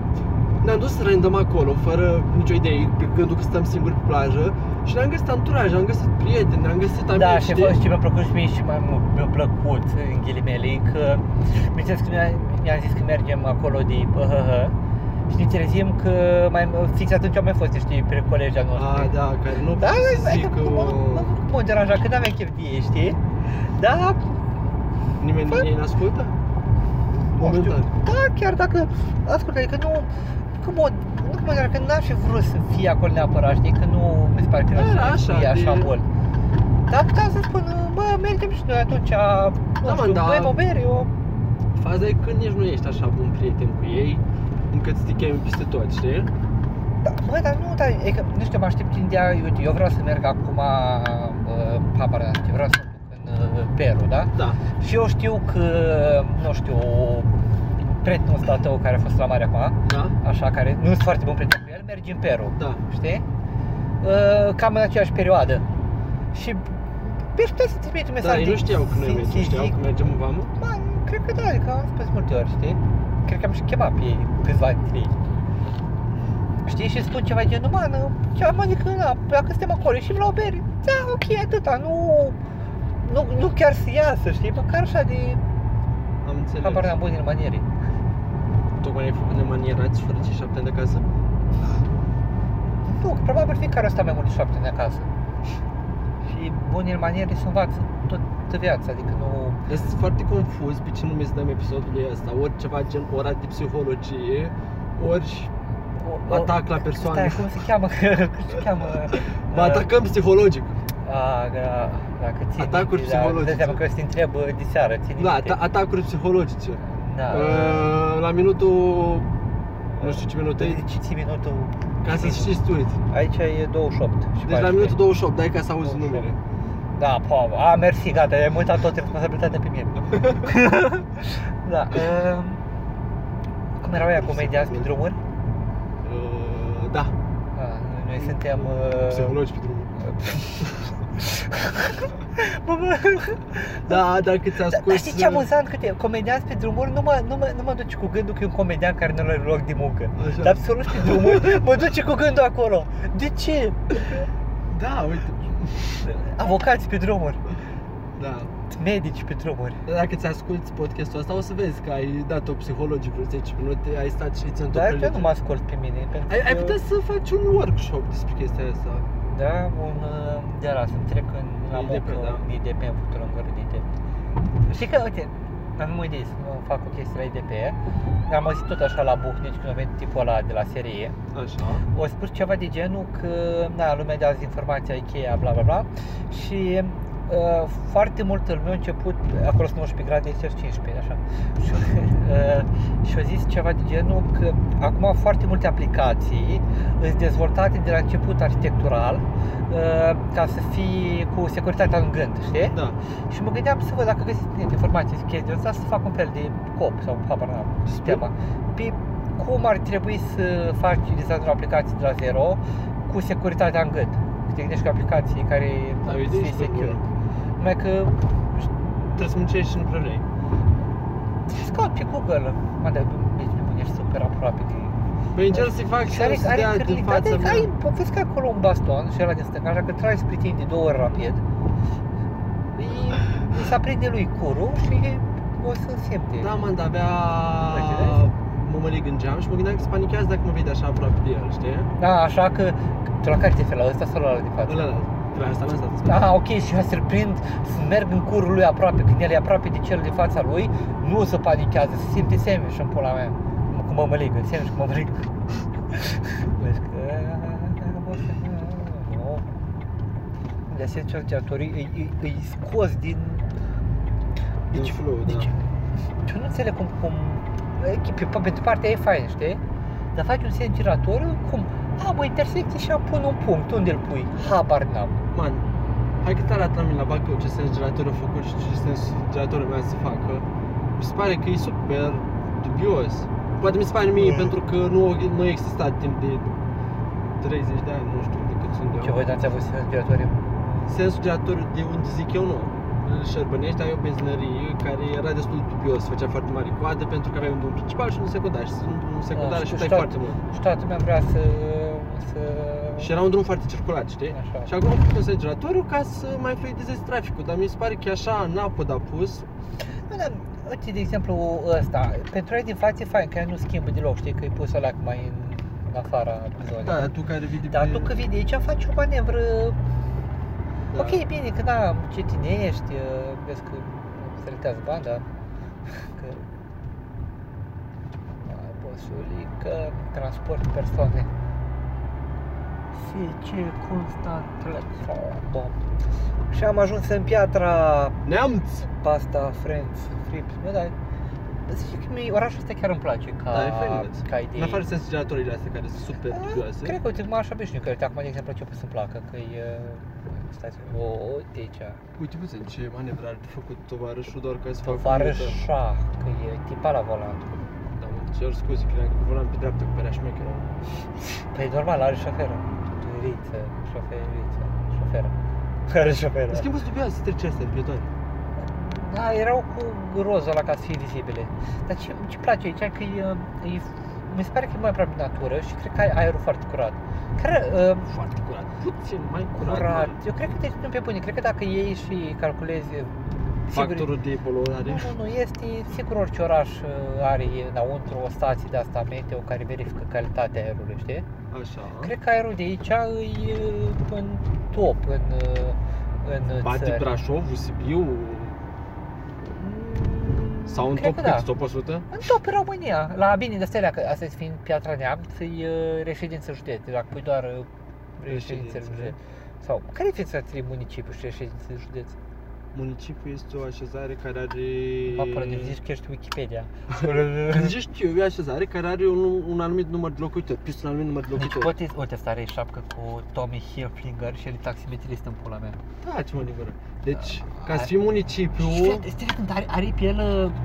Speaker 2: ne-am dus random acolo, fără nicio idee, pe gândul că stăm singuri pe plajă și ne-am găsit anturaj, am găsit prieteni, ne-am găsit amici,
Speaker 1: Da, și,
Speaker 2: Păi, știi?
Speaker 1: fost, și mi-a plăcut și mie și mai mult, mi-a plăcut în ghilimele, că mi că mi-a- mi-am zis că mergem acolo de PHH și ne trezim că mai, fix atunci au mai fost, știi, pe colegia noastră.
Speaker 2: A, da, care nu
Speaker 1: da,
Speaker 2: pot să
Speaker 1: da,
Speaker 2: zic
Speaker 1: că...
Speaker 2: că
Speaker 1: mă, mă, mă deranja, că n-aveam chef de ei, știi? Da,
Speaker 2: nimeni
Speaker 1: Fă-
Speaker 2: ei ne ascultă.
Speaker 1: nu știu,
Speaker 2: Momentan.
Speaker 1: da, chiar dacă, ascult, adică nu, că mă, nu că mă deranja, că n-aș fi vrut să fie acolo neapărat, știi, că nu mi se pare că
Speaker 2: Da,
Speaker 1: nu
Speaker 2: era
Speaker 1: așa,
Speaker 2: așa,
Speaker 1: e așa
Speaker 2: de-
Speaker 1: mult. Dar puteam să spun, bă, mergem și noi atunci, nu
Speaker 2: Da, mă,
Speaker 1: știu,
Speaker 2: da.
Speaker 1: băi, mă, bere, eu
Speaker 2: Faza e că nici nu ești așa bun prieten cu ei, încât să te chemi peste tot, știi?
Speaker 1: Da, bă, dar nu, dar e că, nu știu, mă aștept din dea, uite, eu vreau să merg acum, uh, habar n-am ce, vreau să mă duc în uh, Peru, da?
Speaker 2: Da.
Speaker 1: Și eu știu că, nu știu, prietenul ăsta tău care a fost la mare acum,
Speaker 2: Da?
Speaker 1: așa, care nu sunt foarte bun prieten cu el, merge în Peru,
Speaker 2: Da.
Speaker 1: știi? Uh, cam în aceeași perioadă. Și pe putea să trimit un mesaj
Speaker 2: Dar ei
Speaker 1: de-
Speaker 2: nu știau că noi
Speaker 1: să-
Speaker 2: mergem,
Speaker 1: să
Speaker 2: știau
Speaker 1: zic,
Speaker 2: că mergem în vamă?
Speaker 1: Bă, cred că da, adică am spus multe ori, știi? Cred că am și chemat pe ei câțiva dintre ei. Știi, și spun ceva genul, mană, ceva mă zic, na, dacă suntem acolo și la o bere, da, ok, atâta, nu, nu, nu chiar să iasă, știi, măcar așa de
Speaker 2: Am înțeles.
Speaker 1: habar n-am bune maniere.
Speaker 2: Tocmai ai făcut nemanierați fără cei șapte ani de acasă?
Speaker 1: Nu, că probabil fiecare ăsta mai mult de șapte ani acasă. Și bunele maniere se învață toată viața, adică nu...
Speaker 2: Sunt foarte confuz pe ce nume să dăm episodului ăsta. Ori ceva gen ora de psihologie, ori
Speaker 1: o- o-
Speaker 2: atac la persoană.
Speaker 1: Stai, cum se cheamă? cum se cheamă? Da.
Speaker 2: Mă atacăm psihologic.
Speaker 1: A, da, dacă țin
Speaker 2: Atacuri
Speaker 1: minte, da,
Speaker 2: psihologice.
Speaker 1: Dai seama că o să te întreb uh, de seară, țin
Speaker 2: Da,
Speaker 1: minte.
Speaker 2: ata- atacuri psihologice.
Speaker 1: da.
Speaker 2: Uh, La minutul... Nu știu ce minut e,
Speaker 1: Deci ții minutul.
Speaker 2: ca să știi tu. uite.
Speaker 1: Aici e 28. și
Speaker 2: Deci
Speaker 1: 14.
Speaker 2: la minutul 28, dai ca să auzi
Speaker 1: 28.
Speaker 2: numele.
Speaker 1: Da, pa, a, mersi, gata, ai mutat toată responsabilitatea pe mine. da. Uh, cum erau ea comedia pe drumuri?
Speaker 2: Uh, Da,
Speaker 1: Ah, noi suntem... Uh,
Speaker 2: psihologi pe drumul.
Speaker 1: Bă, bă.
Speaker 2: Da, dacă uh, ți
Speaker 1: Da, Dar
Speaker 2: asculti...
Speaker 1: știi ce amuzant cât e? Comedianți pe drumuri nu mă, nu, mă, nu mă duci cu gândul că e un comedian care nu are loc de muncă.
Speaker 2: Așa.
Speaker 1: Dar absolut pe drumuri mă duce cu gândul acolo. De ce?
Speaker 2: Da, uite.
Speaker 1: Avocați pe drumuri,
Speaker 2: Da.
Speaker 1: medici pe drumuri.
Speaker 2: Dacă ți asculti podcastul ăsta, o să vezi că ai dat-o psihologic vreo 10 minute, ai stat și ți-ai
Speaker 1: Dar
Speaker 2: întoprit.
Speaker 1: eu nu mă ascult pe mine, pentru
Speaker 2: Ai, ai
Speaker 1: că-
Speaker 2: putea să faci un workshop despre chestia asta.
Speaker 1: Da, un uh, de ala, să trec în, la
Speaker 2: IDP,
Speaker 1: muncă,
Speaker 2: da.
Speaker 1: un IDP, am făcut o lungă de IDP. Știi că, uite, am o idee să mă fac o chestie la IDP, am auzit tot așa la Buhnici când a venit tipul ăla de la serie,
Speaker 2: Așa.
Speaker 1: o spus ceva de genul că, na, lumea de azi informația Ikea, bla bla bla, și uh, foarte multă lume a început, acolo sunt 19 grade, aici sunt 15, așa, și uh, și a zis ceva de genul că acum foarte multe aplicații sunt dezvoltate de la început arhitectural uh, ca să fii cu securitatea în gând, știi?
Speaker 2: Da.
Speaker 1: Și mă gândeam să văd dacă găsesc client informații și chestii de asta, să fac un fel de cop sau habar n-am,
Speaker 2: Spun.
Speaker 1: tema. Pe cum ar trebui să faci utilizarea unor aplicații de la zero cu securitatea în gând. Că Te gândești cu aplicații care
Speaker 2: Ai o
Speaker 1: să
Speaker 2: idee
Speaker 1: fie
Speaker 2: super
Speaker 1: secure.
Speaker 2: bună.
Speaker 1: Numai că
Speaker 2: Trebuie să muncești și nu prea vrei.
Speaker 1: scaut pe Google. Mă, dar ești nebun, ești super aproape de...
Speaker 2: Păi încerc să-i fac și
Speaker 1: Și are,
Speaker 2: să
Speaker 1: are
Speaker 2: dea din
Speaker 1: cârlig, dar
Speaker 2: fața
Speaker 1: de-
Speaker 2: mea.
Speaker 1: ai, vezi că ai acolo un baston și ăla din stânga, așa că tragi spre tine de două ori rapid. Îi, îi se aprinde lui curul și o să simte.
Speaker 2: Da, mă, dar avea...
Speaker 1: Înțelegi?
Speaker 2: Mă mălig în geam și mă gândeam că se panichează dacă mă vede așa aproape de el, știi?
Speaker 1: Da, așa că tu la care te fie, la ăsta sau la ăla de față?
Speaker 2: Ăla, la asta n-a stat.
Speaker 1: Ah, ok, și eu să-l prind, să merg în curul lui aproape, când el e aproape de cel de fața lui, nu se panichează, se simte sandwich în pula mea. Mă- Cum mă măligă, sandwich cum mă măligă. Vezi că... De asemenea, cercetătorii îi, îi, îi scos din...
Speaker 2: Deci flow, da.
Speaker 1: deci, Eu nu înțeleg cum... cum e, pe, pe, pentru partea e fain, știi? Dar faci un sens girator, cum? Am o intersecție și am pun un punct. Unde îl pui? Habar n-am.
Speaker 2: Man, hai că te arată la mine la Bacău ce sens gelator a făcut și ce sens gelator mea să facă. Mi se pare că e super dubios. Poate mi se pare mie
Speaker 1: Mm.
Speaker 2: pentru că nu, nu exista timp de 30 de ani, nu știu de cât sunt eu.
Speaker 1: Ce voi dați avut sens giratoriu?
Speaker 2: Sensul gelator de unde zic eu nu. În Șerbănești ai o benzinărie care era destul de dubios, făcea foarte mare coadă pentru că aveai un drum principal și un secundar și un
Speaker 1: Da,
Speaker 2: secundar
Speaker 1: și
Speaker 2: și
Speaker 1: tu
Speaker 2: stai
Speaker 1: stai-
Speaker 2: foarte mult.
Speaker 1: Și toată lumea vrea să... să...
Speaker 2: Și era un drum foarte circulat, știi?
Speaker 1: Așa.
Speaker 2: Și acum am făcut un sens gelatoriu ca să mai fluidizezi traficul, dar mi se pare că e așa în apă de apus,
Speaker 1: Nu, dar, uite, de exemplu, ăsta, pentru ei din față e fain, că ea nu schimbă deloc, știi, că e pus ăla mai în, în afara zonei.
Speaker 2: Da, tu care vii de
Speaker 1: Dar
Speaker 2: pe-
Speaker 1: tu că vii de aici, faci o manevră...
Speaker 2: da.
Speaker 1: Ok, bine, că da, ce tine ești, uh, vezi că selectează banda, că... da, Mai Posulică, transport persoane. FC Constant Oh, Bom. Și am ajuns în piatra
Speaker 2: Neamț!
Speaker 1: Pasta, Friends, Frips, bă, dar să zic că mie orașul ăsta chiar îmi place ca,
Speaker 2: Da, e fain,
Speaker 1: ca idee.
Speaker 2: În afară sunt generatorile astea care sunt super
Speaker 1: A,
Speaker 2: dubioase.
Speaker 1: Ah, Cred că, uite, m-aș obișnui, că, uite, acum, de exemplu, ce să-mi placă, că e... uh, Stai să... O, o, deci,
Speaker 2: Uite puțin ce manevră ar fi făcut tovarășul doar ca să facă
Speaker 1: tovarășa, că e tipa la volan.
Speaker 2: Da, mă, cer scuze, credeam că volam pe dreapta, că părea șmecheră.
Speaker 1: Păi, normal, are șoferă. Riță, șoferiță, șoferă. Are șoferă.
Speaker 2: În schimb, sunt dubioase, trece astea de pietoni.
Speaker 1: Da, erau cu roză la ca să fie vizibile. Dar ce ce place aici e că e, e, mi se pare că e mai aproape de natură și cred că ai aerul foarte curat. Care, uh,
Speaker 2: Foarte curat, puțin mai curat.
Speaker 1: curat.
Speaker 2: mă.
Speaker 1: Eu cred că te nu pe bune. Cred că dacă iei și calculezi uh, sigur, Da,
Speaker 2: Factorul de
Speaker 1: nu,
Speaker 2: poluare.
Speaker 1: nu, nu, este sigur orice oraș uh, are înăuntru o stație de asta meteo care verifică calitatea aerului, știi?
Speaker 2: Așa.
Speaker 1: Cred că aerul de aici e uh, în top în, uh, în
Speaker 2: Bate
Speaker 1: țări.
Speaker 2: Brașovul, Sibiu
Speaker 1: Mm,
Speaker 2: sau în
Speaker 1: cred
Speaker 2: top
Speaker 1: că
Speaker 2: cât?
Speaker 1: da.
Speaker 2: Top 100?
Speaker 1: În top în România, la bine de astea, că asta fiind Piatra Neamț, e uh, reședință județ, dacă pui doar uh, reședință
Speaker 2: Reședință,
Speaker 1: județ. Sau, care e ființa trei municipiu și reședință județ?
Speaker 2: Municipiul este o așezare care
Speaker 1: Mă apără
Speaker 2: are...
Speaker 1: de zici că ești Wikipedia.
Speaker 2: Când zici eu, e așezare care are un, un anumit număr de locuitori, peste un anumit număr de
Speaker 1: Deci
Speaker 2: locuitori.
Speaker 1: poate, uite, asta are șapcă cu Tommy Hilfinger și el e taximetrist în pula mea.
Speaker 2: Taci, Da, mă, din gură. Deci, ca să
Speaker 1: Ai-
Speaker 2: fii municipiu,
Speaker 1: Și fii atent, stai când are, are pe el,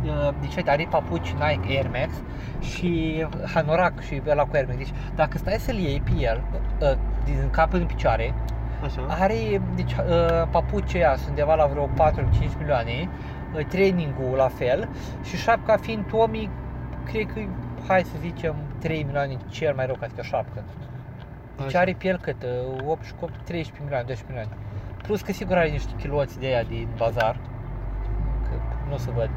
Speaker 1: uh, deci uite, are papuci Nike Air Max și Hanorac și ăla cu Air Max. Deci dacă stai să-l iei pe el, uh, din cap în picioare,
Speaker 2: așa,
Speaker 1: Are, deci, uh, papucii ăia sunt undeva la vreo 4-5 milioane, uh, training-ul la fel și șapca fiind Tommy, cred că hai să zicem 3 milioane cel mai rău ca să fie o șapcă. Deci
Speaker 2: Așa.
Speaker 1: are pe el cât? Uh, 8, 13 milioane, 12 milioane. Plus că sigur are niște chiloți de aia din bazar, că nu se văd.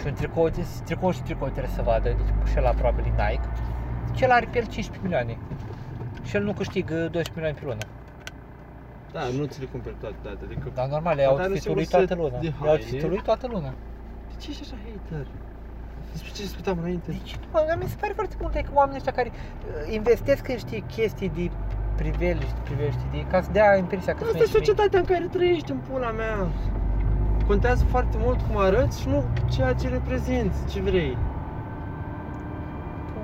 Speaker 1: Și un tricou, tricou și tricou trebuie să vadă, deci și la probabil e Nike. Deci el are pe el 15 milioane. Și el nu câștigă 12 milioane pe lună.
Speaker 2: da, nu ți le cumperi toate date, adică,
Speaker 1: Dar normal,
Speaker 2: Dar
Speaker 1: e
Speaker 2: nu se
Speaker 1: outfit-ul lui
Speaker 2: urcă
Speaker 1: toată luna.
Speaker 2: de
Speaker 1: E
Speaker 2: haine.
Speaker 1: outfit-ul lui toată luna.
Speaker 2: de ce ești așa hater? Despre ce discutam înainte?
Speaker 1: Deci, mă, mi se pare foarte mult că oamenii ăștia care uh, investesc în niște chestii de priveliști, privești, știi? Ca să dea impresia că
Speaker 2: Asta e
Speaker 1: sunt mic.
Speaker 2: societatea în care trăiești, în pula mea. Contează foarte mult cum arăți și nu ceea ce reprezinți, ce vrei.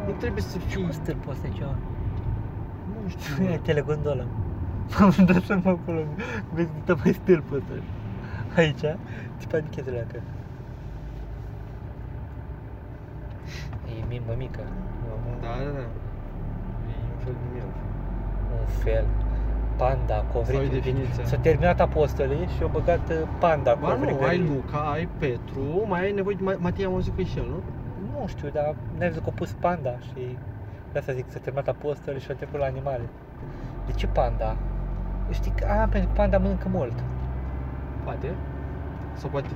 Speaker 2: Nu trebuie să
Speaker 1: Ce
Speaker 2: fii...
Speaker 1: cu stâlp ăsta e ceva?
Speaker 2: Nu știu. Da, mă.
Speaker 1: Telegondola. M-am dat să mă acolo, vezi câtă mai stâlpul ăsta. Aici, tipa de chetul că. E mi- mămică.
Speaker 2: Da, da, da. E un fel de mie.
Speaker 1: Un fel. Panda,
Speaker 2: Sau e
Speaker 1: covric.
Speaker 2: definiția.
Speaker 1: S-a terminat apostolii și au băgat uh, panda
Speaker 2: Ba nu, ai
Speaker 1: covrigării.
Speaker 2: Luca, ai Petru, mai ai nevoie de Ma- Matei, am auzit că e și el, nu?
Speaker 1: Nu știu, dar n-ai văzut că au pus panda și de asta zic că s-a terminat apostolii și au trecut la animale. De ce panda? Știi că, a, pentru că panda mănâncă mult.
Speaker 2: Poate. Sau poate,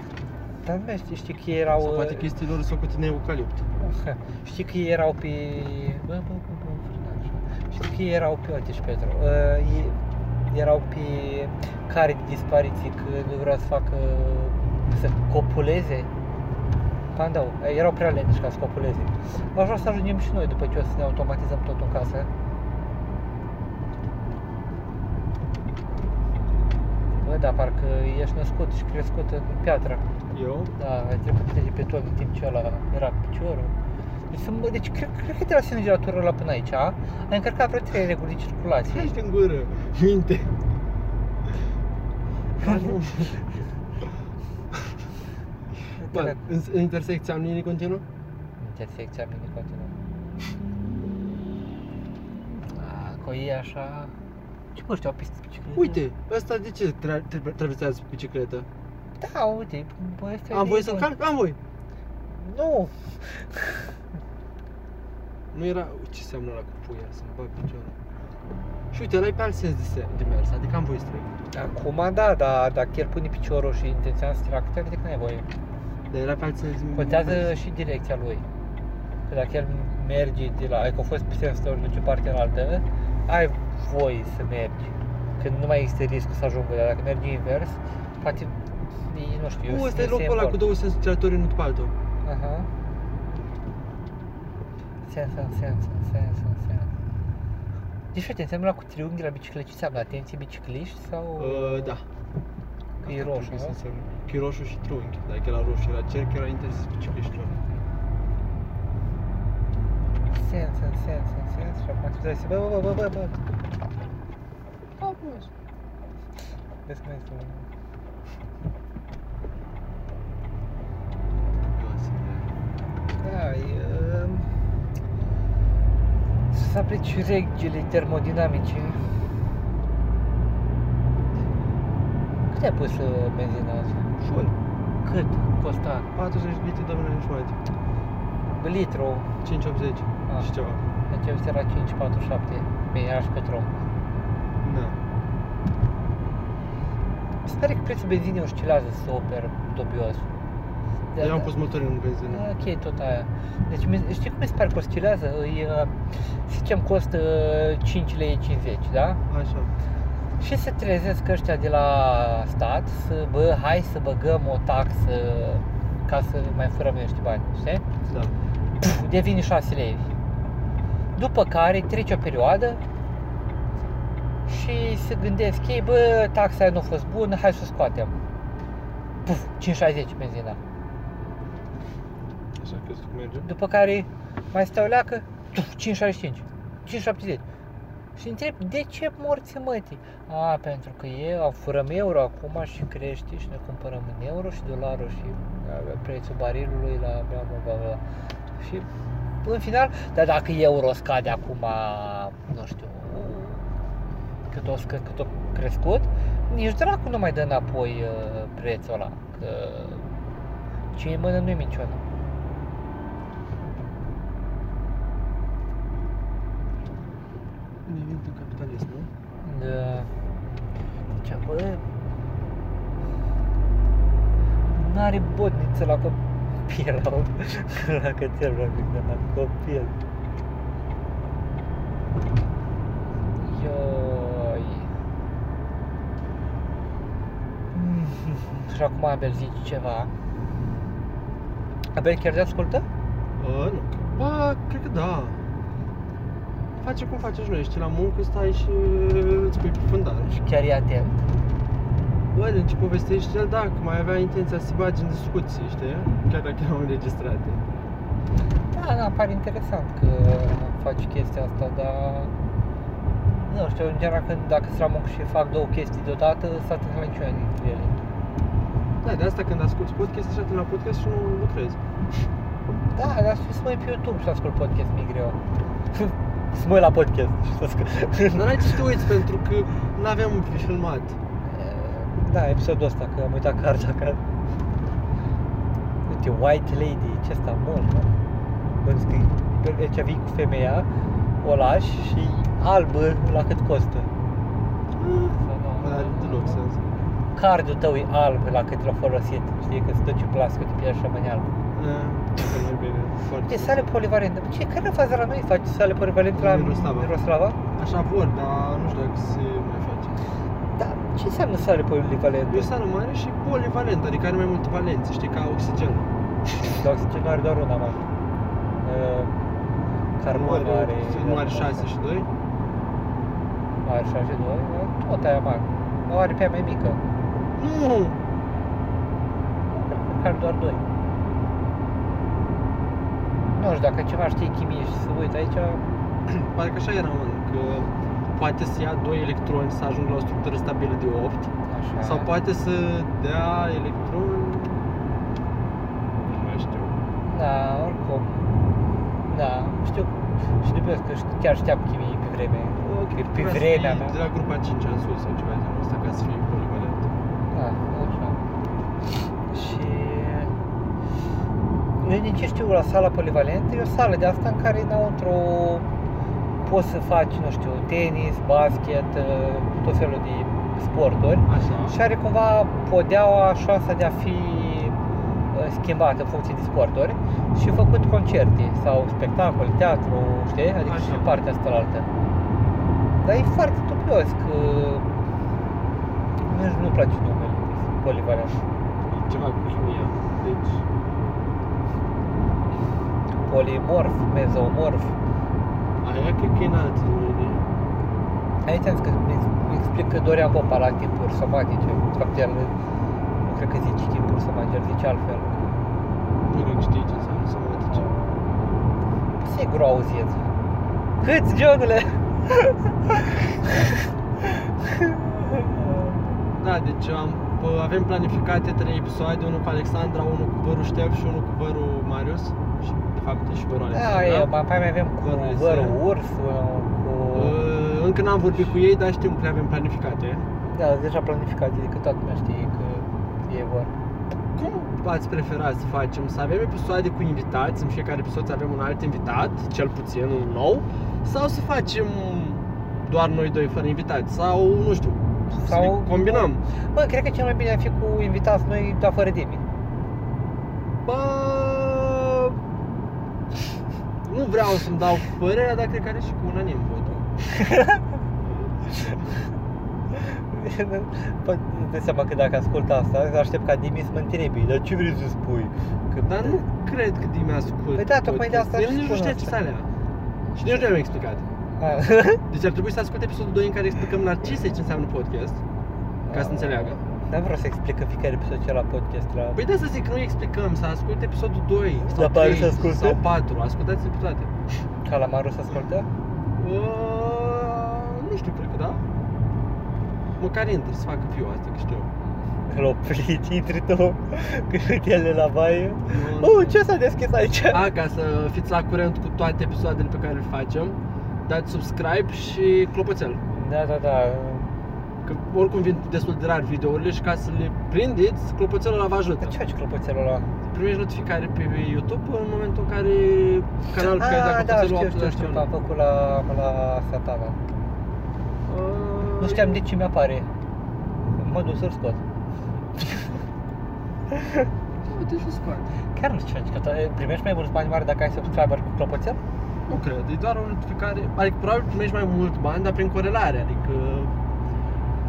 Speaker 1: Dar nu știi, știi că erau...
Speaker 2: sau poate
Speaker 1: uh,
Speaker 2: chestiile lor sunt făcute în eucalipt.
Speaker 1: Știi că ei erau pe... Bă, bă, bă, bă, frânaj. Știi că ei erau pe... Uite și Petru. Uh, ei erau pe care de dispariții că nu vreau să facă... să copuleze. Pandau, eh, erau prea lenți ca să copuleze. Aș vrea să ajungem și noi după ce o să ne automatizăm tot în casă. Bă, da, parcă ești născut și crescut în piatră.
Speaker 2: Eu?
Speaker 1: Da, ai trecut peste de beton în timp ce ăla era cu piciorul. Deci, sunt- bă, deci cred, cred că de la singuratura la până aici, a? ai încărcat vreo trei reguli de circulație.
Speaker 2: Ești în gură, minte. Dar Da, nu. Bă, în, în intersecția am linie continuă?
Speaker 1: Intersecția mine continuă. A, că e așa... Ce bă, știu, o pistă de bicicletă?
Speaker 2: Uite, ăsta de ce tra- tra- traversează pe bicicletă?
Speaker 1: Da, uite, bă, este
Speaker 2: Am voie să încarc? Am voie.
Speaker 1: Nu!
Speaker 2: Nu era... Ce seamănă la cu puia, să-mi bag piciorul. Și uite, ăla e pe alt sens de, se- de mers, adică am voie să trec.
Speaker 1: Acum da, dar dacă chiar pune piciorul și intenționează să treacă, cred că n-ai voie.
Speaker 2: Dar era pe alt sens de
Speaker 1: Contează și direcția lui. Că dacă el merge de la... Adică a fost pe sensul duce partea în altă, ai voie să mergi. Când nu mai există riscul să ajungă, dar dacă mergi invers, poate... e- Nu știu,
Speaker 2: Nu,
Speaker 1: eu
Speaker 2: ăsta e locul ăla cu două sensuri giratorii, nu pe altul.
Speaker 1: Aha. Sens, sens, sens, sens, sens, sens. Deci, uite, înseamnă la cu triunghi la bicicletă, ce înseamnă? Atenție bicicliști sau...
Speaker 2: Uh, da.
Speaker 1: Că e roșu,
Speaker 2: Asta trebuie să
Speaker 1: nu?
Speaker 2: însemne. Că e roșu și trunchi. Dacă era roșu, era cerc, era interzis bicicliștilor.
Speaker 1: Sens, sens, sens, sens, sens, și acum îți dai seama, bă, bă, bă, bă, bă. Apus. Vezi cum este un... Da, e... um, Să aplici regulile termodinamice. Cât ai pus uh, benzina azi?
Speaker 2: Full.
Speaker 1: Cât costa?
Speaker 2: 40 de litri de mână și mai
Speaker 1: Litru.
Speaker 2: 5,80
Speaker 1: Ah.
Speaker 2: și ceva.
Speaker 1: Deci era 5,47. Bine, era și petrol.
Speaker 2: Da.
Speaker 1: Se pare că prețul benzinei oscilează super dubios. Da,
Speaker 2: Eu am pus motorul în benzină.
Speaker 1: Ok, tot aia. Deci mi- știi cum mi se pare că oscilează? Îi, uh, să zicem, costă 5 lei 50, da?
Speaker 2: Așa.
Speaker 1: Și se trezesc ăștia de la stat să, bă, hai să băgăm o taxă ca să mai furăm niște bani, știi?
Speaker 2: Da.
Speaker 1: Pf, devine 6 lei. După care trece o perioadă și se gândesc ei, bă, taxa aia nu a fost bună, hai să o scoatem. Puf, 5,60 benzina.
Speaker 2: Așa că cum merge.
Speaker 1: După care mai stau leacă, tuf, 5,65, 5,70. Și întreb, de ce morți mătii? A, pentru că eu furăm euro acum și crește și ne cumpărăm în euro și dolarul și a, prețul barilului la bla bla bla bla. Și în final, dar dacă euro scade acum, nu știu, cât o, scă, cât o crescut, nici dracu nu mai dă înapoi uh, prețul ăla. Că ce e în mână nu-i minciună.
Speaker 2: Ne vin din capitalism, nu?
Speaker 1: Da. Deci, bă, n-are botniță la copil, la, la cățel, la copil, la copil. Ioi. Mm, Și acum Abel zice ceva. Abel chiar te ascultă?
Speaker 2: A, nu. Ba, cred că da. face cum facem și noi, știi, la muncă stai și îți pui pe fundal.
Speaker 1: Și chiar e atent.
Speaker 2: Bă, deci povestește el dacă mai avea intenția să se bage în discuții, știi? Chiar dacă erau înregistrate.
Speaker 1: Da, da, pare interesant că faci chestia asta, dar... Nu știu, în general, când, dacă sunt la muncă și fac două chestii deodată, s-a atât la niciuna dintre ele.
Speaker 2: Da, de asta când asculti podcast, așa te la podcast și nu lucrezi.
Speaker 1: Da, dar știu să mă uit pe YouTube și să ascult podcast, mi greu. să mă uit la podcast și să ascult.
Speaker 2: Dar n-ai ce să te uiți pentru că nu avem filmat.
Speaker 1: da, episodul ăsta, că am uitat cartea că... Uite, White Lady, ce asta, bun, mă. Bă, scrie, deci vii cu femeia, o lași și albă la cât costă.
Speaker 2: Da,
Speaker 1: Sau nu?
Speaker 2: Bă, dar Ah, deloc sens.
Speaker 1: Cardul tău e alb la cât l-a folosit, știi, că se duce plască de piață și rămâne alb.
Speaker 2: Da, e bine,
Speaker 1: Ce
Speaker 2: foarte.
Speaker 1: sale polivalente? Bă, Ce care faza la noi faci sale polivalente la
Speaker 2: Miroslava.
Speaker 1: Miroslava?
Speaker 2: Așa vor, dar nu știu dacă se mai face.
Speaker 1: Da, ce înseamnă sale polivalente?
Speaker 2: E o sală mare și polivalent, adică are mai multe valențe, știi, ca oxigen.
Speaker 1: Doar zice, nu are doar una mai. Uh, Carbon
Speaker 2: nu
Speaker 1: are...
Speaker 2: are, nu are 6 și 2.
Speaker 1: Are 6 și 2, da? tot aia mare. O are pe aia mai mică.
Speaker 2: Nu!
Speaker 1: Care doar 2. Nu știu, dacă ceva știi chimie și să uit aici,
Speaker 2: Parcă așa era, mă, că poate să ia 2 electroni să ajungă la o structură stabilă de 8
Speaker 1: așa...
Speaker 2: sau poate să dea electroni... Nu mai știu.
Speaker 1: Da, oricum. Da, știu. Și după că șt- chiar știam chimie pe vreme. Pe- pe
Speaker 2: Vreau să
Speaker 1: vremea
Speaker 2: fii
Speaker 1: mea.
Speaker 2: De la grupa 5 în sus sau ceva de genul ăsta ca să fii polivalent.
Speaker 1: Da, așa. Și... Eu din ce știu la sala polivalentă, e o sală de asta în care înăuntru poți să faci, nu știu, tenis, basket, eh, tot felul de sporturi.
Speaker 2: Așa.
Speaker 1: Și are cumva podeaua șansa de a fi eh, schimbată în funcție de sporturi și făcut concerte sau spectacol, teatru, știi? Adică
Speaker 2: Așa.
Speaker 1: și partea asta la altă. Dar e foarte dubios că nu nu-mi place numele polivalent.
Speaker 2: Ceva cu chimia. Deci...
Speaker 1: Polimorf, mezomorf.
Speaker 2: Aia cred că e în altă lume.
Speaker 1: Aici am zis că mi mi explic că Dorian Popa la timpuri somatice. De fapt, el nu cred că zice timpuri somatice, el zice altfel.
Speaker 2: Nu cred că știi ce înseamnă să mă atinge.
Speaker 1: Sigur au auzit. Câți, Johnule?
Speaker 2: Da, deci am, pă, avem planificate trei episoade, unul cu Alexandra, unul cu vărul Ștef și unul cu vărul Marius. Și, de fapt, e și vărul
Speaker 1: da,
Speaker 2: Alexandra.
Speaker 1: e, mai mai avem cu
Speaker 2: Vărul este-
Speaker 1: vărul urs, cu...
Speaker 2: Uh, Încă n-am vorbit cu ei, dar știm că le avem planificate.
Speaker 1: Da, deja planificat, adică toată lumea știe că e vor.
Speaker 2: Cum ați prefera să facem? Să avem episoade cu invitați, în fiecare episod să avem un alt invitat, cel puțin un nou, sau să facem doar noi doi fără invitați, sau nu știu, sau
Speaker 1: Sau-
Speaker 2: să ne combinăm.
Speaker 1: Bă, cred că cel mai bine ar fi cu invitați noi, dar fără Dimi.
Speaker 2: Bă... Nu vreau să-mi dau cu părerea, dar cred că are și cu unanim votul.
Speaker 1: Păi, îți dai seama că dacă ascult asta, aștept ca Dimi să mă întrebi, dar ce vrei să spui? Că,
Speaker 2: Dar nu cred că Dimi ascultă.
Speaker 1: Păi da, tocmai de asta
Speaker 2: El
Speaker 1: și
Speaker 2: nici nu
Speaker 1: spun
Speaker 2: știe ce
Speaker 1: asta.
Speaker 2: să alea. Și nici nu am explicat.
Speaker 1: A.
Speaker 2: Deci ar trebui să asculte episodul 2 în care explicăm narcise ce înseamnă podcast, ca să
Speaker 1: Da.
Speaker 2: înțeleagă.
Speaker 1: N-am vrut să explic în fiecare episod ce la podcast la...
Speaker 2: Păi de asta zic, nu explicăm, să asculte episodul 2 sau
Speaker 1: Dar pare
Speaker 2: 3
Speaker 1: să asculte?
Speaker 2: sau 4, ascultați-le pe toate.
Speaker 1: Calamarul să ascultă?
Speaker 2: Uh, nu știu, cred că da. Măcar intră să facă fiu asta, că știu.
Speaker 1: Că l-au oprit, intri tu, când el la baie.
Speaker 2: Nu, nu.
Speaker 1: Uh, ce s-a deschis aici?
Speaker 2: A, ca să fiți la curent cu toate episoadele pe care le facem, dați subscribe și clopoțel.
Speaker 1: Da, da, da.
Speaker 2: Că oricum vin destul de rar videourile și ca să le prindeți, clopoțelul ăla vă ajută.
Speaker 1: Dar ce faci clopoțelul ăla?
Speaker 2: Primești notificare pe YouTube în momentul în care canalul pe care
Speaker 1: Ah,
Speaker 2: dacă
Speaker 1: da,
Speaker 2: clopoțelul
Speaker 1: știu,
Speaker 2: a
Speaker 1: știu, știu, că am făcut la, la satana.
Speaker 2: Păi- Uh,
Speaker 1: Nu știam de ce mi-apare. Mă duc să-l scot.
Speaker 2: Uite și scoate.
Speaker 1: Chiar nu știu ce faci, că tu- primești mai mulți bani mari dacă ai subscriber cu clopoțel?
Speaker 2: Nu cred, e doar o notificare. Adică probabil primești mai mult bani, dar prin corelare. Adică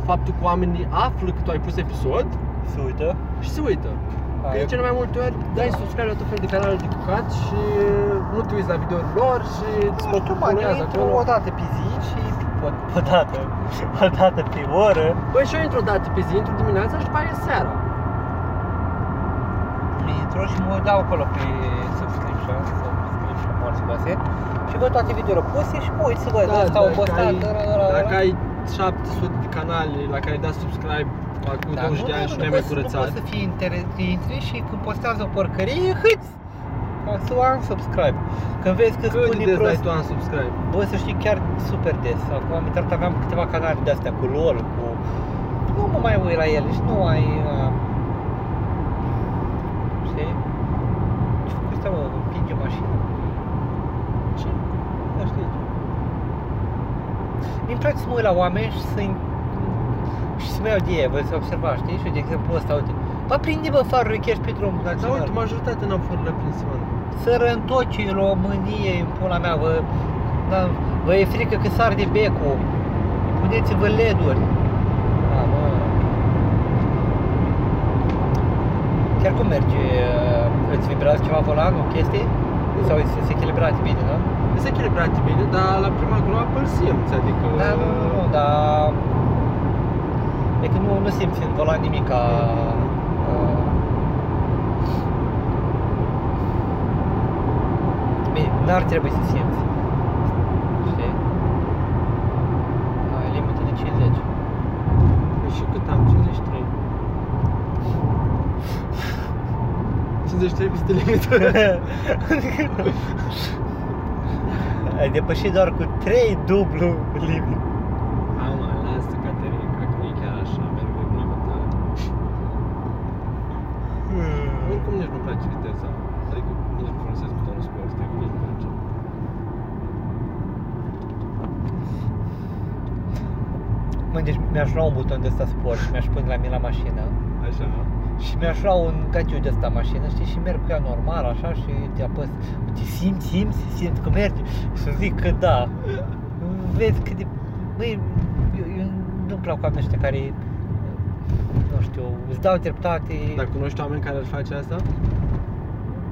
Speaker 2: faptul că oamenii află că tu ai pus episod
Speaker 1: Se uită.
Speaker 2: și se uită. Că de cele mai multe ori dai subscribe la tot felul de canale de căcat și nu te uiți la videoul lor și îți
Speaker 1: Nu știu, bă, eu
Speaker 2: populează
Speaker 1: intru
Speaker 2: acolo.
Speaker 1: o dată pe zi și o, o dată, o dată pe oră.
Speaker 2: Băi, și eu intru o dată pe zi, intru dimineața și după aia seara.
Speaker 1: Intru și mă dau acolo pe subscription, subscription, morți găse. Și văd toate videourile puse și mă uit să văd, asta au
Speaker 2: Da, dacă
Speaker 1: postat, da,
Speaker 2: ai-
Speaker 1: ăla, ăla, ăla.
Speaker 2: Dacă ai 700 de canale la care ai dat subscribe acum
Speaker 1: Da,
Speaker 2: 20 de
Speaker 1: nu,
Speaker 2: ani
Speaker 1: nu,
Speaker 2: și
Speaker 1: nu
Speaker 2: nu ai mai
Speaker 1: poți- Nu
Speaker 2: curățat.
Speaker 1: poți să fii inter- intri și când postează o porcărie, hâți! Ca să am subscribe. Când vezi că
Speaker 2: Cât
Speaker 1: spun
Speaker 2: de des dai
Speaker 1: prost,
Speaker 2: tu un subscribe?
Speaker 1: bă, să știi, chiar super des. Acum am intrat, aveam câteva canale de-astea cu LOL, cu... Nu mă mai uit la ele și nu ai... Uh... Știi? Ce făcut ăsta, mă, împinge mașina? Ce? Nu știu ce. Îmi place să mă uit la oameni și să și să mă iau de ei, vă să observa, știi? Și eu, de exemplu ăsta, uite, bă, prinde bă farul, chiar pe drumul
Speaker 2: Da,
Speaker 1: național.
Speaker 2: uite, majoritatea n-am fost la prin Siman.
Speaker 1: Sărăntocii României, în pula mea, vă, da, vă e frică că sar de becul. Puneți-vă leduri. Da, mă. Chiar cum merge? Îți vibrează ceva volanul, chestii? Sau se, se echilibrat bine, da?
Speaker 2: Se echilibrate bine, dar la prima groapă îl simți, adică...
Speaker 1: Da, nu, nu, nu, dar... E că nu, nu simți în volan nimic ca... Bine, n-ar trebui să simți. Știi? Ai limită de 50.
Speaker 2: Și cât am? 53. 53 peste limită.
Speaker 1: Ai depășit doar cu 3 dublu limit.
Speaker 2: Am lasă, Caterin, cred că nu e chiar așa, merg pe bună tale. Oricum nici nu-mi place viteza. Adică nici nu folosesc butonul sport, cred că nici nu-mi place.
Speaker 1: Mă, deci mi-aș lua un buton de ăsta sport și mi-aș pune la mine la mașină.
Speaker 2: Așa, mă?
Speaker 1: Și mi-aș lua un gagiu de asta mașină, știi, și merg cu ea normal, așa, și te apăs. Te simți, simți, simți că merge. Să zic că da. Vezi cât de... Băi, eu, eu nu-mi plac oamenii ăștia care, nu știu, îți dau dreptate.
Speaker 2: Dar cunoști oameni care ar face asta?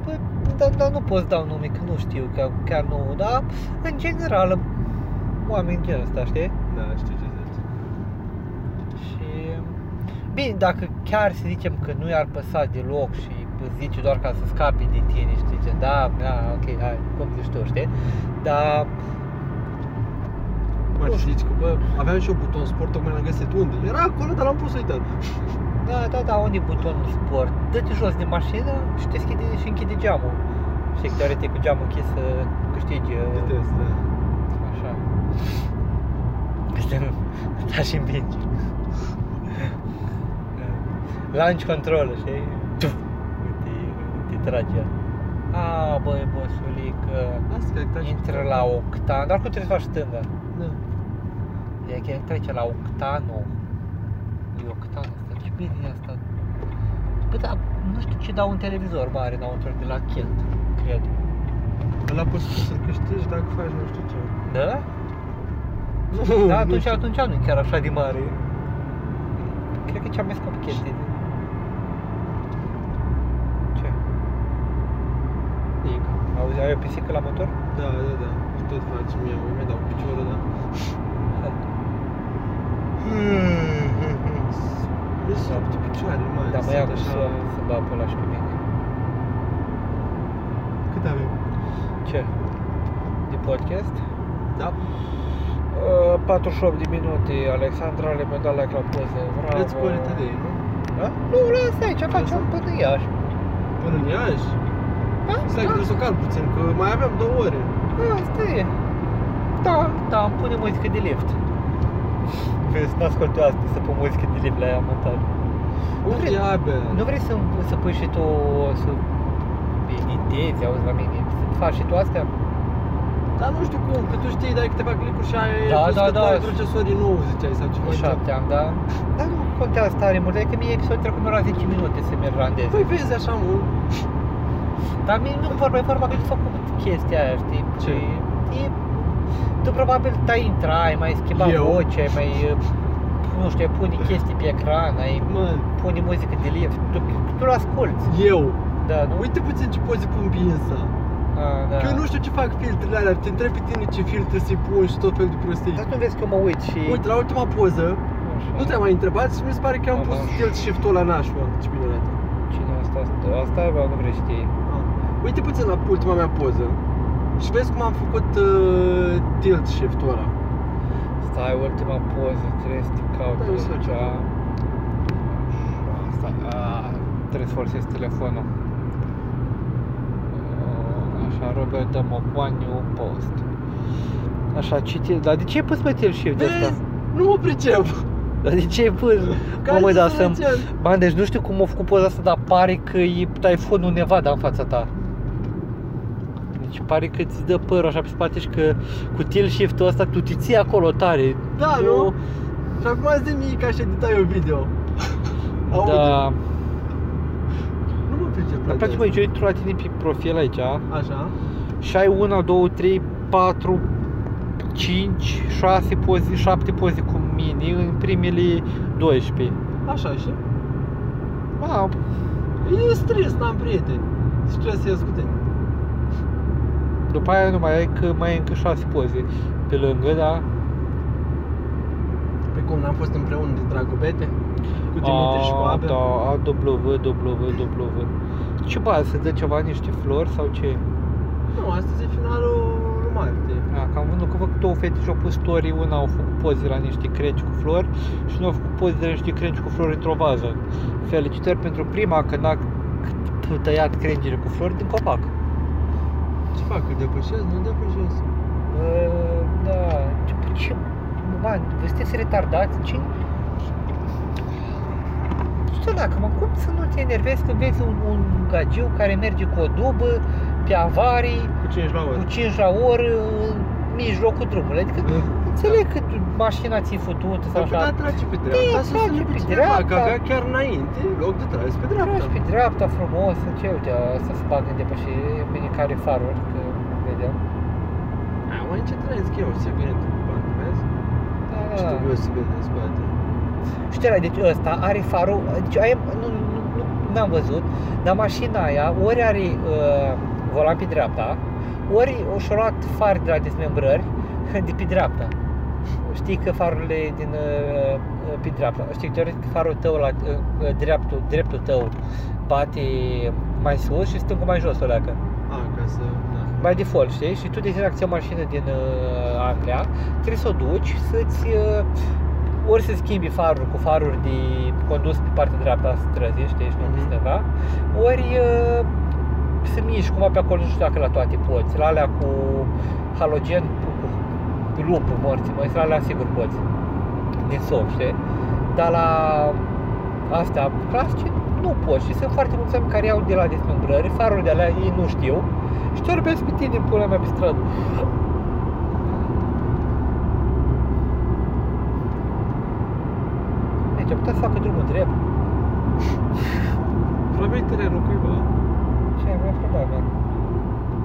Speaker 1: Bă, dar da, nu pot să dau nume, că nu știu, că chiar nu, dar în general, oameni genul ăsta, știi?
Speaker 2: Da, știu ce zici.
Speaker 1: Și bine, dacă chiar să zicem că nu i-ar păsa deloc și îți zice doar ca să scape de tine, știi ce, da, da, ok, hai, cum zici tu, știi? Dar
Speaker 2: Mă, și zici că, bă, aveam și eu buton sport, tocmai l-am găsit unde? Era acolo, dar l-am pus uitat.
Speaker 1: Da, da, da, unde e butonul sport? Dă-te jos de mașină și deschide și închide geamul. Și teoretic cu geamul închis să câștigi uh,
Speaker 2: Viteză, da.
Speaker 1: așa. Suntem da și împingi. Launch control, știi? Tuf! Te, te trage el. A, băi, bosulică,
Speaker 2: Asta, că ai
Speaker 1: intră la octan, dar cum trebuie să faci stânga?
Speaker 2: Da.
Speaker 1: E că trece la octanul. E octanul asta, ce bine e asta. Bă, da, nu știu ce dau un televizor mare înăuntru de la Kent, cred.
Speaker 2: Ăla poți tu să-l câștigi dacă faci nu știu ce.
Speaker 1: Da?
Speaker 2: Nu,
Speaker 1: Da,
Speaker 2: nu
Speaker 1: atunci,
Speaker 2: știu.
Speaker 1: atunci nu e chiar așa de mare. Cred că ce-am mescat chestii. Ce?
Speaker 2: Nimic.
Speaker 1: Auzi, ai o pisică la motor?
Speaker 2: Da, da, da. Tot faci mie, eu mi dau cu piciorul, da. Nu sunt șapte picioare, mă.
Speaker 1: Da, mă ia
Speaker 2: sunt
Speaker 1: cu să, să bă pula și pe mine.
Speaker 2: Cât avem?
Speaker 1: Ce? De podcast?
Speaker 2: Da.
Speaker 1: Uh, 48 de minute, Alexandra le-a dat like la poză, bravo.
Speaker 2: Îți cuore de ei, nu?
Speaker 1: Da? Nu, lasă aici, facem până în Iași.
Speaker 2: Până în Iași?
Speaker 1: Da,
Speaker 2: Stai că
Speaker 1: da,
Speaker 2: trebuie să o calc puțin, că mai avem două ore.
Speaker 1: asta e. Da, da, îmi pune muzică de lift. Vezi, să nu ascult eu asta, să pun muzică de lift la ea montaj.
Speaker 2: Unde
Speaker 1: cred.
Speaker 2: e abia?
Speaker 1: Nu vrei să, să pui și tu, să editezi, auzi la mine, să faci și tu astea?
Speaker 2: Dar nu știu cum, că tu știi, dai câteva clicuri și ai
Speaker 1: Da,
Speaker 2: plus
Speaker 1: da,
Speaker 2: că
Speaker 1: da.
Speaker 2: tu ai procesorii nou, ziceai, sau ceva.
Speaker 1: Șapte am, da? Dar nu contează tare mult, adică mie episodul trecut mi-a luat 10 minute să mi-l randez.
Speaker 2: Păi vezi așa mult.
Speaker 1: Dar mie nu vorba, e vorba că tu făcut chestia aia, știi?
Speaker 2: Ce?
Speaker 1: E, tu probabil te-ai intra, da, ai mai schimbat
Speaker 2: Eu?
Speaker 1: voce, ai mai uh, nu știu, ai pune chestii pe ecran, ai
Speaker 2: Mă,
Speaker 1: pune muzică de lift, tu, tu îl asculti.
Speaker 2: eu,
Speaker 1: Da, nu?
Speaker 2: uite puțin ce poze pun pe Insta.
Speaker 1: A, da.
Speaker 2: Că eu nu știu ce fac filtrele alea, te întreb pe tine ce filtre să-i pun și tot felul de prostii.
Speaker 1: Dar tu vezi că eu mă uit și...
Speaker 2: Uite, la ultima poză,
Speaker 1: Așa.
Speaker 2: nu te-am mai întrebat și mi se pare că am
Speaker 1: Da,
Speaker 2: pus
Speaker 1: da.
Speaker 2: tilt shift-ul la nașpa. Ce bine arată.
Speaker 1: Cine asta? Asta, asta bă, nu vrei să știi.
Speaker 2: Ah. Uite puțin la ultima mea poză. Și vezi cum am făcut uh, tilt shift-ul ăla.
Speaker 1: Stai, ultima poză, trebuie să te caut
Speaker 2: Da, eu să
Speaker 1: aici. Asta, a, trebuie să folosesc telefonul. A, Așa, Robert Damo, one new post. Așa, citi, dar de ce ai pus pe tilt shift de
Speaker 2: Vezi?
Speaker 1: asta?
Speaker 2: Nu mă pricep.
Speaker 1: Dar de ce ai pus?
Speaker 2: Care
Speaker 1: mă,
Speaker 2: să
Speaker 1: da,
Speaker 2: se
Speaker 1: să-mi-
Speaker 2: pricep?
Speaker 1: Bă, deci nu știu cum a făcut poza asta, dar pare că e taifonul Nevada în fața ta. Deci pare că ți dă părul așa pe spate și că cu tilt shift-ul ăsta tu te ții acolo tare.
Speaker 2: Da, nu? Și acum zi-mi ca și editai un video. Aude.
Speaker 1: Da,
Speaker 2: Nu mă pricep la
Speaker 1: îmi place
Speaker 2: de
Speaker 1: mai eu intru la tine pe profil aici
Speaker 2: asta. Așa.
Speaker 1: și ai 1, 2, 3, 4, 5, 6 poze, 7 poze cu mine în primele 12.
Speaker 2: Așa și.
Speaker 1: Wow,
Speaker 2: E stres, n-am prieteni. Stresez cu tine.
Speaker 1: după aia nu mai ai că mai ai încă 6 poze pe lângă, da?
Speaker 2: Pe cum n-am fost împreună de dragobete? Cu Dimitri și cu
Speaker 1: A,
Speaker 2: Abel?
Speaker 1: Da, a, W, W, W. Ce ba, se dă ceva, niște flori sau ce?
Speaker 2: Nu, astăzi e finalul lui Marte.
Speaker 1: A, că am văzut că văd două fete și-au pus story, una au făcut poze la niște crengi cu flori și nu au făcut poze la niște crengi cu flori într-o vază. Felicitări pentru prima că n-a c- tăiat crengile cu flori din copac.
Speaker 2: Ce fac, îl depășesc? Nu depășesc.
Speaker 1: Bă, da, ce, ce, bani, vă sunteți retardați? Ce? Știu dacă mă, cum să nu te enervezi când vezi un, un gagiu care merge cu o dubă, pe avarii,
Speaker 2: Cu 5 la
Speaker 1: cu
Speaker 2: oră.
Speaker 1: 5 la oră, în mijlocul drumului. Adică,
Speaker 2: Da.
Speaker 1: înțeleg că tu- mașina ți-e fătută sau
Speaker 2: S-a putea
Speaker 1: așa.
Speaker 2: trage pe
Speaker 1: Da,
Speaker 2: dreapta sau să
Speaker 1: trage
Speaker 2: ne
Speaker 1: pe
Speaker 2: pe
Speaker 1: dreapta.
Speaker 2: dreapta. Că avea chiar înainte loc de tras pe
Speaker 1: Tragi
Speaker 2: dreapta.
Speaker 1: pe dreapta frumos, în ce, uite, să se bagă în depășire, bine care faruri, că vedeam.
Speaker 2: Ai, mai ce trăiesc eu, se vine tu cu bani, vezi?
Speaker 1: Da,
Speaker 2: Și
Speaker 1: da.
Speaker 2: trebuie să vede în spate.
Speaker 1: Știi ăla, deci ăsta are farul, deci aia, nu, nu, nu, n-am văzut, dar mașina aia ori are uh, volan pe dreapta, ori o și-a luat far de la dezmembrări de pe dreapta. Știi că farurile din uh, pe dreapta, știi că teoretic farul tău la uh, uh, dreptul, dreptul tău bate mai sus și stângul mai jos o leacă.
Speaker 2: A, ca să... Da.
Speaker 1: By default, știi? Și tu de ți acția mașină din uh, Anglia, trebuie să o duci să-ți uh, ori să schimbi farul cu faruri de condus pe partea dreapta a străzii, știi, și nu pe
Speaker 2: Mhm.
Speaker 1: stânga, ori uh, să miști cumva pe acolo, nu știu dacă la toate poți, la alea cu halogen, cu, cu lumpul morții, mai la alea sigur poți, din SOV, știi? Dar la astea clasice nu poți și sunt foarte mulți oameni care iau de la desmembrări, faruri de alea ei nu știu și te orbesc pe tine în pula mea pe stradă. Deci ar putea să facă drumul drept.
Speaker 2: Probabil terenul cuiva.
Speaker 1: Ce e mai probabil.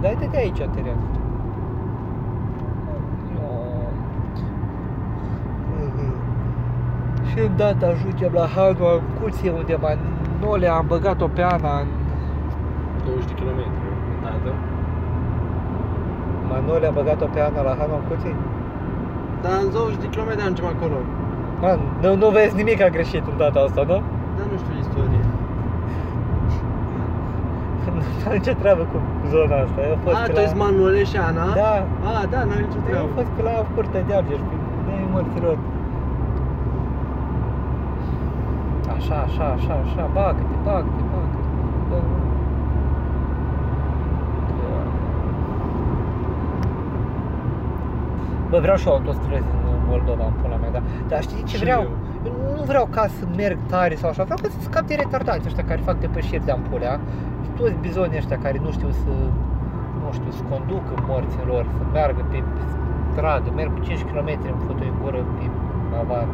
Speaker 1: Dar uite de aici teren. Mhm. Și îndată ajungem la Hanua, în cuție unde Manole am băgat-o pe Ana în...
Speaker 2: 20 de km. Dată.
Speaker 1: Manole a băgat-o pe Ana la Hanua în cuție?
Speaker 2: Dar Da, în 20 de km ajungem acolo.
Speaker 1: Man, Da, nu, nu vezi nimic a greșit în data asta, nu?
Speaker 2: Dar nu știu istorie.
Speaker 1: Nu am nicio treabă cu zona asta, eu am fost
Speaker 2: A,
Speaker 1: pe
Speaker 2: tu ești Manuele și Ana?
Speaker 1: Da,
Speaker 2: A, da, n-am nicio
Speaker 1: eu am
Speaker 2: treabă.
Speaker 1: fost pe la curtea de Argeș, pe de morților. Așa, așa, așa, așa, bagă-te, bagă-te, bagă-te. Da. Bă, vreau și eu autostrăzi în Moldova, în pula mea, da. Dar știi ce
Speaker 2: Și
Speaker 1: vreau?
Speaker 2: eu.
Speaker 1: Eu nu vreau ca să merg tare sau așa, vreau ca să scap de retardați ăștia care fac depășiri de ampulea și toți bizonii ăștia care nu știu să, nu știu, să conducă morții lor, să meargă pe stradă, merg cu 5 km în fotă în gură pe avar.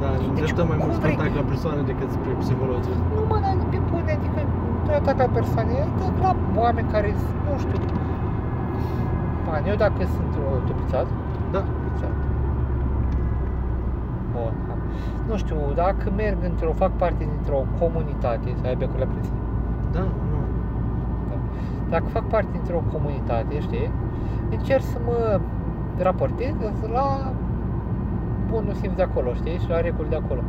Speaker 2: Da, ne
Speaker 1: Deci,
Speaker 2: îndreptăm mai
Speaker 1: cum
Speaker 2: mult spre
Speaker 1: vrei?
Speaker 2: atac la persoane decât spre psihologi.
Speaker 1: Nu mă, dar pe bune, adică tu ai atacat persoane, eu atac la oameni care, sunt, nu știu, Man, eu dacă sunt o- tu pițat?
Speaker 2: Da.
Speaker 1: Pițat. bun. Nu știu, dacă merg într-o, fac parte dintr-o comunitate, să ai becul la prins.
Speaker 3: Da, nu.
Speaker 1: Dacă fac parte dintr-o comunitate, știi, încerc să mă raportez la bunul simț de acolo, știi, și la reguli de acolo.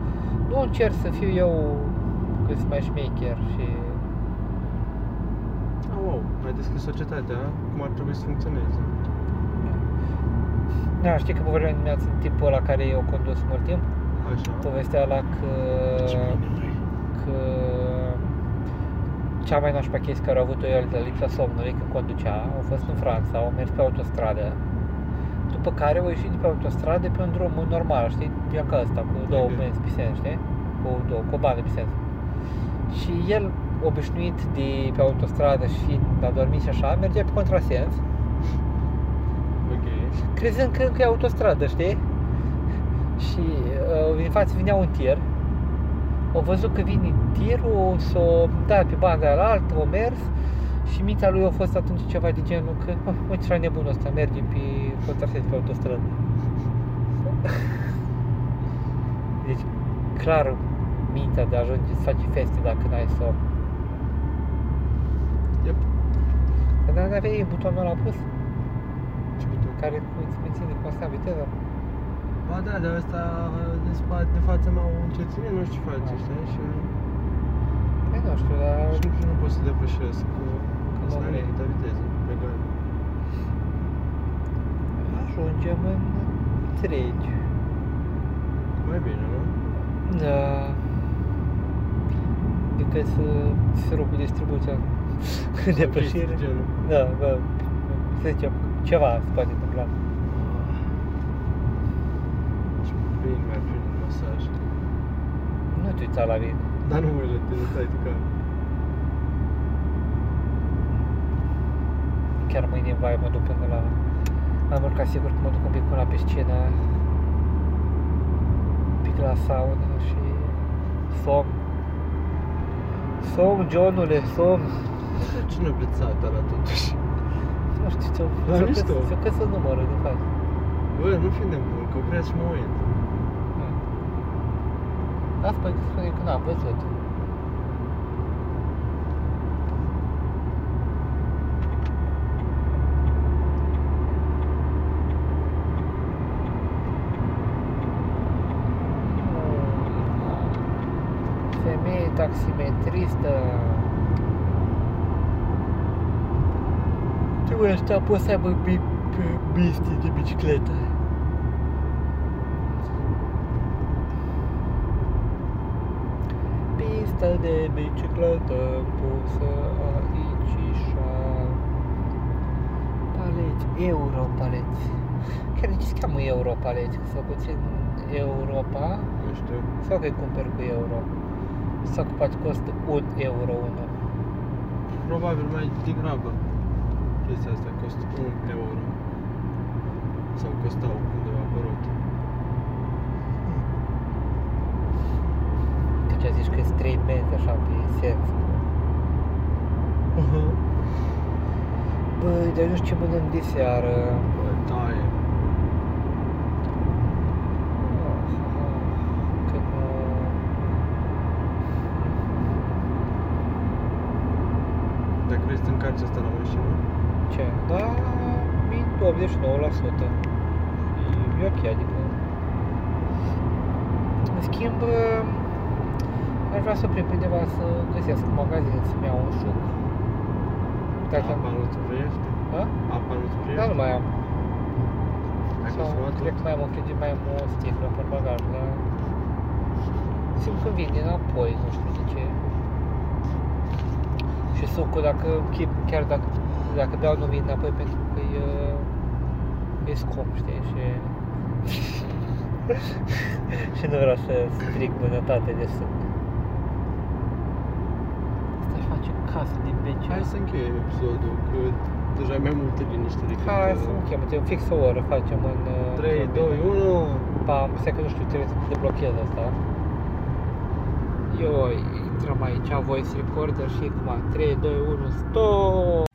Speaker 1: Nu încerc să fiu eu cât mai șmecher și...
Speaker 2: Ah, wow, ai deschis societatea, cum ar trebui să funcționeze.
Speaker 1: Da, știi că vorbeam dimineața în timpul ăla care eu condus mult timp,
Speaker 2: Așa.
Speaker 1: povestea la că... că cea mai nașpa chestie care a avut-o el de lipsa somnului când conducea, au fost în Franța, au mers pe autostradă, după care au ieșit de pe autostradă pe un drum normal, știi, e ca ăsta, cu două
Speaker 2: Ok.
Speaker 1: benzi pe sens, știi, cu două, cu o bandă pe sens. Și el, obișnuit de pe autostradă și fiind adormit și așa, mergea pe contrasens,
Speaker 2: Ok.
Speaker 1: crezând că încă e autostradă, știi? Și uh, în față vinea un tir. Au văzut că vine tirul, s-o dat pe banda la altă, o mers și mintea lui a fost atunci ceva de genul că "Mă, mă, ce era nebunul ăsta, merge pe contrasens pe autostradă. deci, clar, mintea de a ajunge să faci feste dacă n-ai somn.
Speaker 3: Yep.
Speaker 1: Dar n-aveai butonul ăla pus,
Speaker 2: Ce buton?
Speaker 1: care îți menține constant viteza.
Speaker 2: Ba da, dar ăsta de, spate, de fața mea o încețime, nu știu ce face, știi? Și,
Speaker 1: Păi nu știu, dar...
Speaker 2: și nu, și nu pot să depășesc. Că
Speaker 1: nu
Speaker 2: sunt
Speaker 1: vrei.
Speaker 2: anumite viteze pe care...
Speaker 1: Ajungem în tregi.
Speaker 2: Mai bine, nu?
Speaker 1: Da. Decât să se rupă distribuția în
Speaker 2: Chestii
Speaker 1: depășire.
Speaker 2: de genul.
Speaker 1: Da, bă, să zicem, ceva se poate întâmpla.
Speaker 2: Ah. Ce bine mi-ar fi un masaj.
Speaker 1: Nu te uita la mine.
Speaker 2: Dar nu mă te nu stai tu ca...
Speaker 1: Chiar mâine în baie mă duc până la... Am urcat sigur că mă duc un pic până la piscină. Un pic la sauna și... Somn. Somn, Johnule, somn.
Speaker 2: De ce nu pleți sata la totuși?
Speaker 1: Nu știu ce-o...
Speaker 2: Da,
Speaker 1: ți-o
Speaker 2: mișto.
Speaker 1: cât- ți-o cât să numără de fapt.
Speaker 2: Bă, nu fi nebun, că opresc și mă uit.
Speaker 1: Da, spune, spune că n-am văzut. Femeie taximetristă. Tu ăștia pot să aibă bi- bi- bisti de bicicletă. Pista de bicicletă pusă aici și Paleți, euro paleți. Chiar de ce se cheamă euro paleți? Sau puțin Europa?
Speaker 2: Nu știu.
Speaker 1: Sau că-i cumperi cu euro? Sau că poate costă un euro unul.
Speaker 2: Probabil mai degrabă chestia asta costă 1 euro sau costau când au apărut.
Speaker 1: Că ce zici Deci că sunt trei benzi așa pe sens. Uh-huh. Băi, dar nu știu ce mănânc de seară.
Speaker 2: Bă, taie.
Speaker 1: Că nu...
Speaker 2: Dar crezi că încarci asta la mașină?
Speaker 1: Ce? Da, min 89%. E, e ok, adică... În schimb, aș vrea să prind pe undeva să găsesc un magazin să-mi iau un suc. Dacă
Speaker 2: Apa nu-ți priește?
Speaker 1: Da?
Speaker 2: Apa nu-ți priește?
Speaker 1: Da, nu mai am.
Speaker 2: Ai
Speaker 1: Sau,
Speaker 2: consumat
Speaker 1: cred că
Speaker 2: tot?
Speaker 1: mai am o frigider, mai am o sticlă pe bagaj, dar... Simt că vin înapoi, nu știu de ce. Și sucul, dacă, chi- chiar dacă, dacă beau, nu vin înapoi pentru că e, uh, e scump, știi, și... și nu vreau să stric bunătatea de suc. Asta își face casă din beci.
Speaker 2: Hai să încheiem episodul, că deja e mai multă liniște decât... uh,
Speaker 1: Hai să nu chem, fix o oră facem în... uh,
Speaker 2: 3,
Speaker 1: într-o
Speaker 2: 2, 1...
Speaker 1: Ba, stai că nu știu, trebuie să deblochez asta. Eu intrăm aici, voice recorder și acum 3, 2, 1, stop!